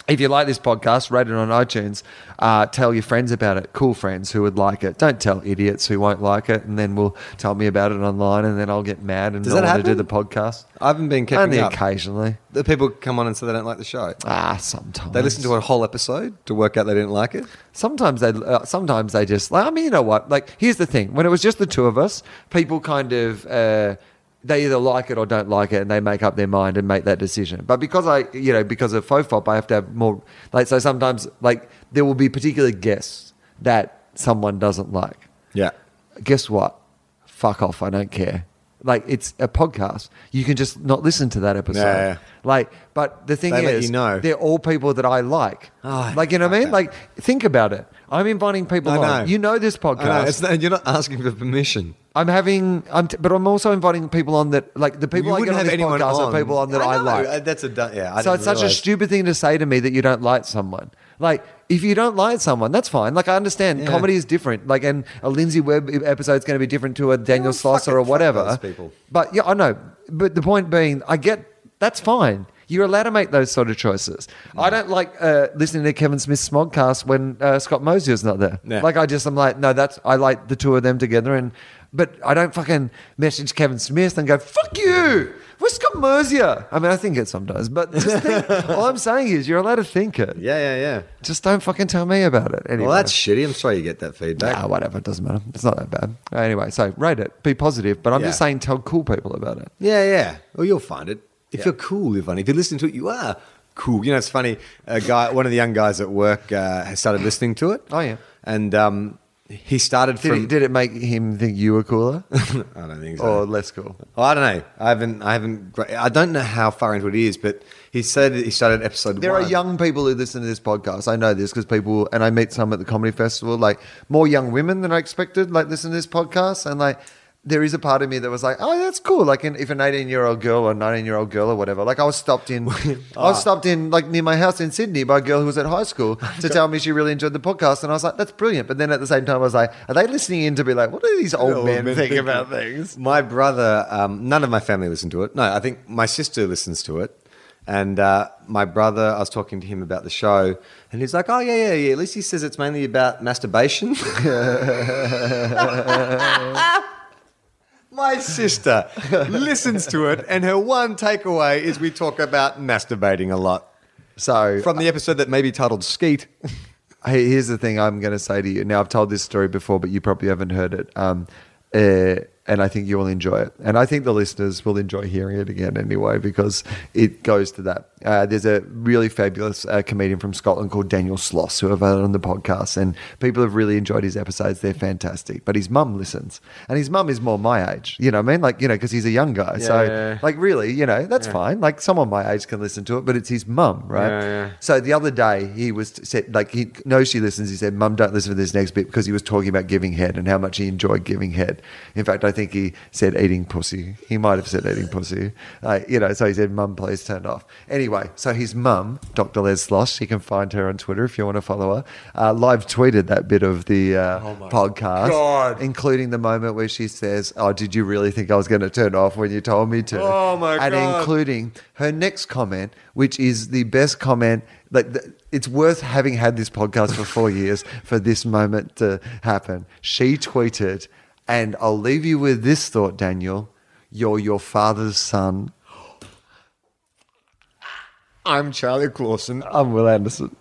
Speaker 1: If you like this podcast, rate it on iTunes. Uh, tell your friends about it. Cool friends who would like it. Don't tell idiots who won't like it, and then will tell me about it online, and then I'll get mad and
Speaker 4: Does
Speaker 1: not
Speaker 4: that
Speaker 1: want to do
Speaker 4: happen?
Speaker 1: the podcast.
Speaker 4: I haven't been keeping
Speaker 1: Only
Speaker 4: up.
Speaker 1: occasionally.
Speaker 4: The people come on and say they don't like the show.
Speaker 1: Ah, sometimes
Speaker 4: They listen to a whole episode to work out they didn't like it.
Speaker 1: Sometimes they, uh, sometimes they just like. I mean, you know what? Like, here's the thing: when it was just the two of us, people kind of uh, they either like it or don't like it, and they make up their mind and make that decision. But because I, you know, because of Fofop, I have to have more. Like, so sometimes like there will be particular guests that someone doesn't like.
Speaker 4: Yeah.
Speaker 1: Guess what? Fuck off! I don't care. Like, it's a podcast. You can just not listen to that episode.
Speaker 4: Yeah, yeah.
Speaker 1: Like, but the thing
Speaker 4: They let
Speaker 1: is,
Speaker 4: you know.
Speaker 1: they're all people that I like.
Speaker 4: Oh,
Speaker 1: like, you know what I mean?
Speaker 4: okay.
Speaker 1: Like, think about it. I'm inviting people
Speaker 4: I
Speaker 1: on.
Speaker 4: know.
Speaker 1: You know this
Speaker 4: I know,
Speaker 1: podcast.
Speaker 4: it's not, you're not asking for permission.
Speaker 1: I'm having, I'm, t- but I'm also inviting people on that, like, the people
Speaker 4: you
Speaker 1: I get
Speaker 4: wouldn't
Speaker 1: on
Speaker 4: have
Speaker 1: this
Speaker 4: anyone
Speaker 1: podcast
Speaker 4: on.
Speaker 1: are people on that I,
Speaker 4: know,
Speaker 1: like.
Speaker 4: uh, That's a du- yeah. I
Speaker 1: so
Speaker 4: didn't
Speaker 1: it's such
Speaker 4: realise.
Speaker 1: a stupid thing to say to me that you don't like someone. Like, if you don't like someone, that's fine. Like, I understand
Speaker 4: Yeah.
Speaker 1: comedy is different. Like, and a Lindsay Webb episode's going to be different to a Daniel Slosser or
Speaker 4: fucking fuck
Speaker 1: whatever.
Speaker 4: those people.
Speaker 1: But yeah, I know. But the point being, I get that's fine. You're allowed to make those sort of choices. I don't like uh, listening to Kevin Smith's Smogcast when uh, Scott Mosier's not there.
Speaker 4: Yeah.
Speaker 1: Like I just, I'm like, no, that's I like the two of them together, and but I don't fucking message Kevin Smith and go fuck you. Where's Scott Mosier? I mean, I think it sometimes, but just *laughs* think, all I'm saying is you're allowed to think it.
Speaker 4: Yeah, yeah, yeah.
Speaker 1: Just don't fucking tell me about it. Anyway.
Speaker 4: Well, that's shitty. I'm sorry you get that feedback.
Speaker 1: Ah, whatever. It doesn't matter. It's not that bad. Anyway, so rate it. Be positive. But I'm
Speaker 4: Yeah.
Speaker 1: just saying, tell cool people about it.
Speaker 4: Yeah, yeah. Well, you'll find it. If you're cool, you're funny. If you listen to it, you are cool. You know, it's funny. A guy, one of the young guys at work, uh, has started listening to it.
Speaker 1: Oh, yeah.
Speaker 4: and um, he started
Speaker 1: Did,
Speaker 4: from.
Speaker 1: it, did it make him think you were *laughs* cooler
Speaker 4: I don't think so.
Speaker 1: or less cool?
Speaker 4: Oh, I don't know. I haven't. I haven't. gra- I don't know how far into it he is, but he said that he started episode.
Speaker 1: There
Speaker 4: one.
Speaker 1: are young people who listen to this podcast. I know this because people, and I meet some at the comedy festival, like more young women than I expected, like listen to this podcast. And like, there is a part of me that was like, oh, that's cool. Like, an, if an 18 year old girl or 19 year old girl or whatever, like I was stopped
Speaker 4: *laughs*
Speaker 1: in, I was stopped in, like near my house in Sydney by a girl who was at high school
Speaker 4: *laughs*
Speaker 1: to tell me she really enjoyed the podcast. And I was like, that's brilliant. But then at the same time, I was like, are they listening in to be like, what do these old,
Speaker 4: Old
Speaker 1: men,
Speaker 4: men
Speaker 1: think
Speaker 4: think-
Speaker 1: about things?
Speaker 4: My brother, um, none of my family listen to it. No, I think my sister listens to it. And uh, my brother, I was talking to him about the show, and he's like, "Oh yeah, yeah, yeah." At least he says it's mainly about masturbation. *laughs* My sister listens to it, and her one takeaway is we talk about masturbating a lot.
Speaker 1: So
Speaker 4: From the episode that may be titled Skeet.
Speaker 1: Hey, here's the thing I'm going to say to you. Now, I've told this story before, but you probably haven't heard it. Um, uh, and I think you will enjoy it. And I think the listeners will enjoy hearing it again anyway, because it goes to that. Uh, there's a really fabulous uh, comedian from Scotland called Daniel Sloss, who I've had on the podcast. And people have really enjoyed his episodes. They're fantastic. But his mum listens. And his mum is more my age. You know what I mean? Like, you know, because he's a young guy. so,
Speaker 4: yeah.
Speaker 1: like, really, you know, that's fine. Like, someone my age can listen to it, but it's his mum, right? right?
Speaker 4: Yeah, yeah.
Speaker 1: So the other day he was said like he knows she listens. He said, "Mum, don't listen to this next bit" because he was talking about giving head and how much he enjoyed giving head. In fact, I think he said eating pussy. He might have said eating pussy, uh, you know. So he said, "Mum, please turn it off." Anyway, so his mum, Dr. Les Slosh, you can find her on Twitter if you want to follow her. Uh, live tweeted that bit of the uh, podcast,
Speaker 4: Oh God.
Speaker 1: including the moment where she says, "Oh, did you really think I was going to turn it off when you told me to?"
Speaker 4: Oh, my
Speaker 1: and
Speaker 4: God.
Speaker 1: including her next comment, which is the best comment. Like the, it's worth having had this podcast for four years for this moment to happen. She tweeted, and I'll leave you with this thought, Daniel: You're your father's son. I'm Charlie Clausen. I'm Will Anderson.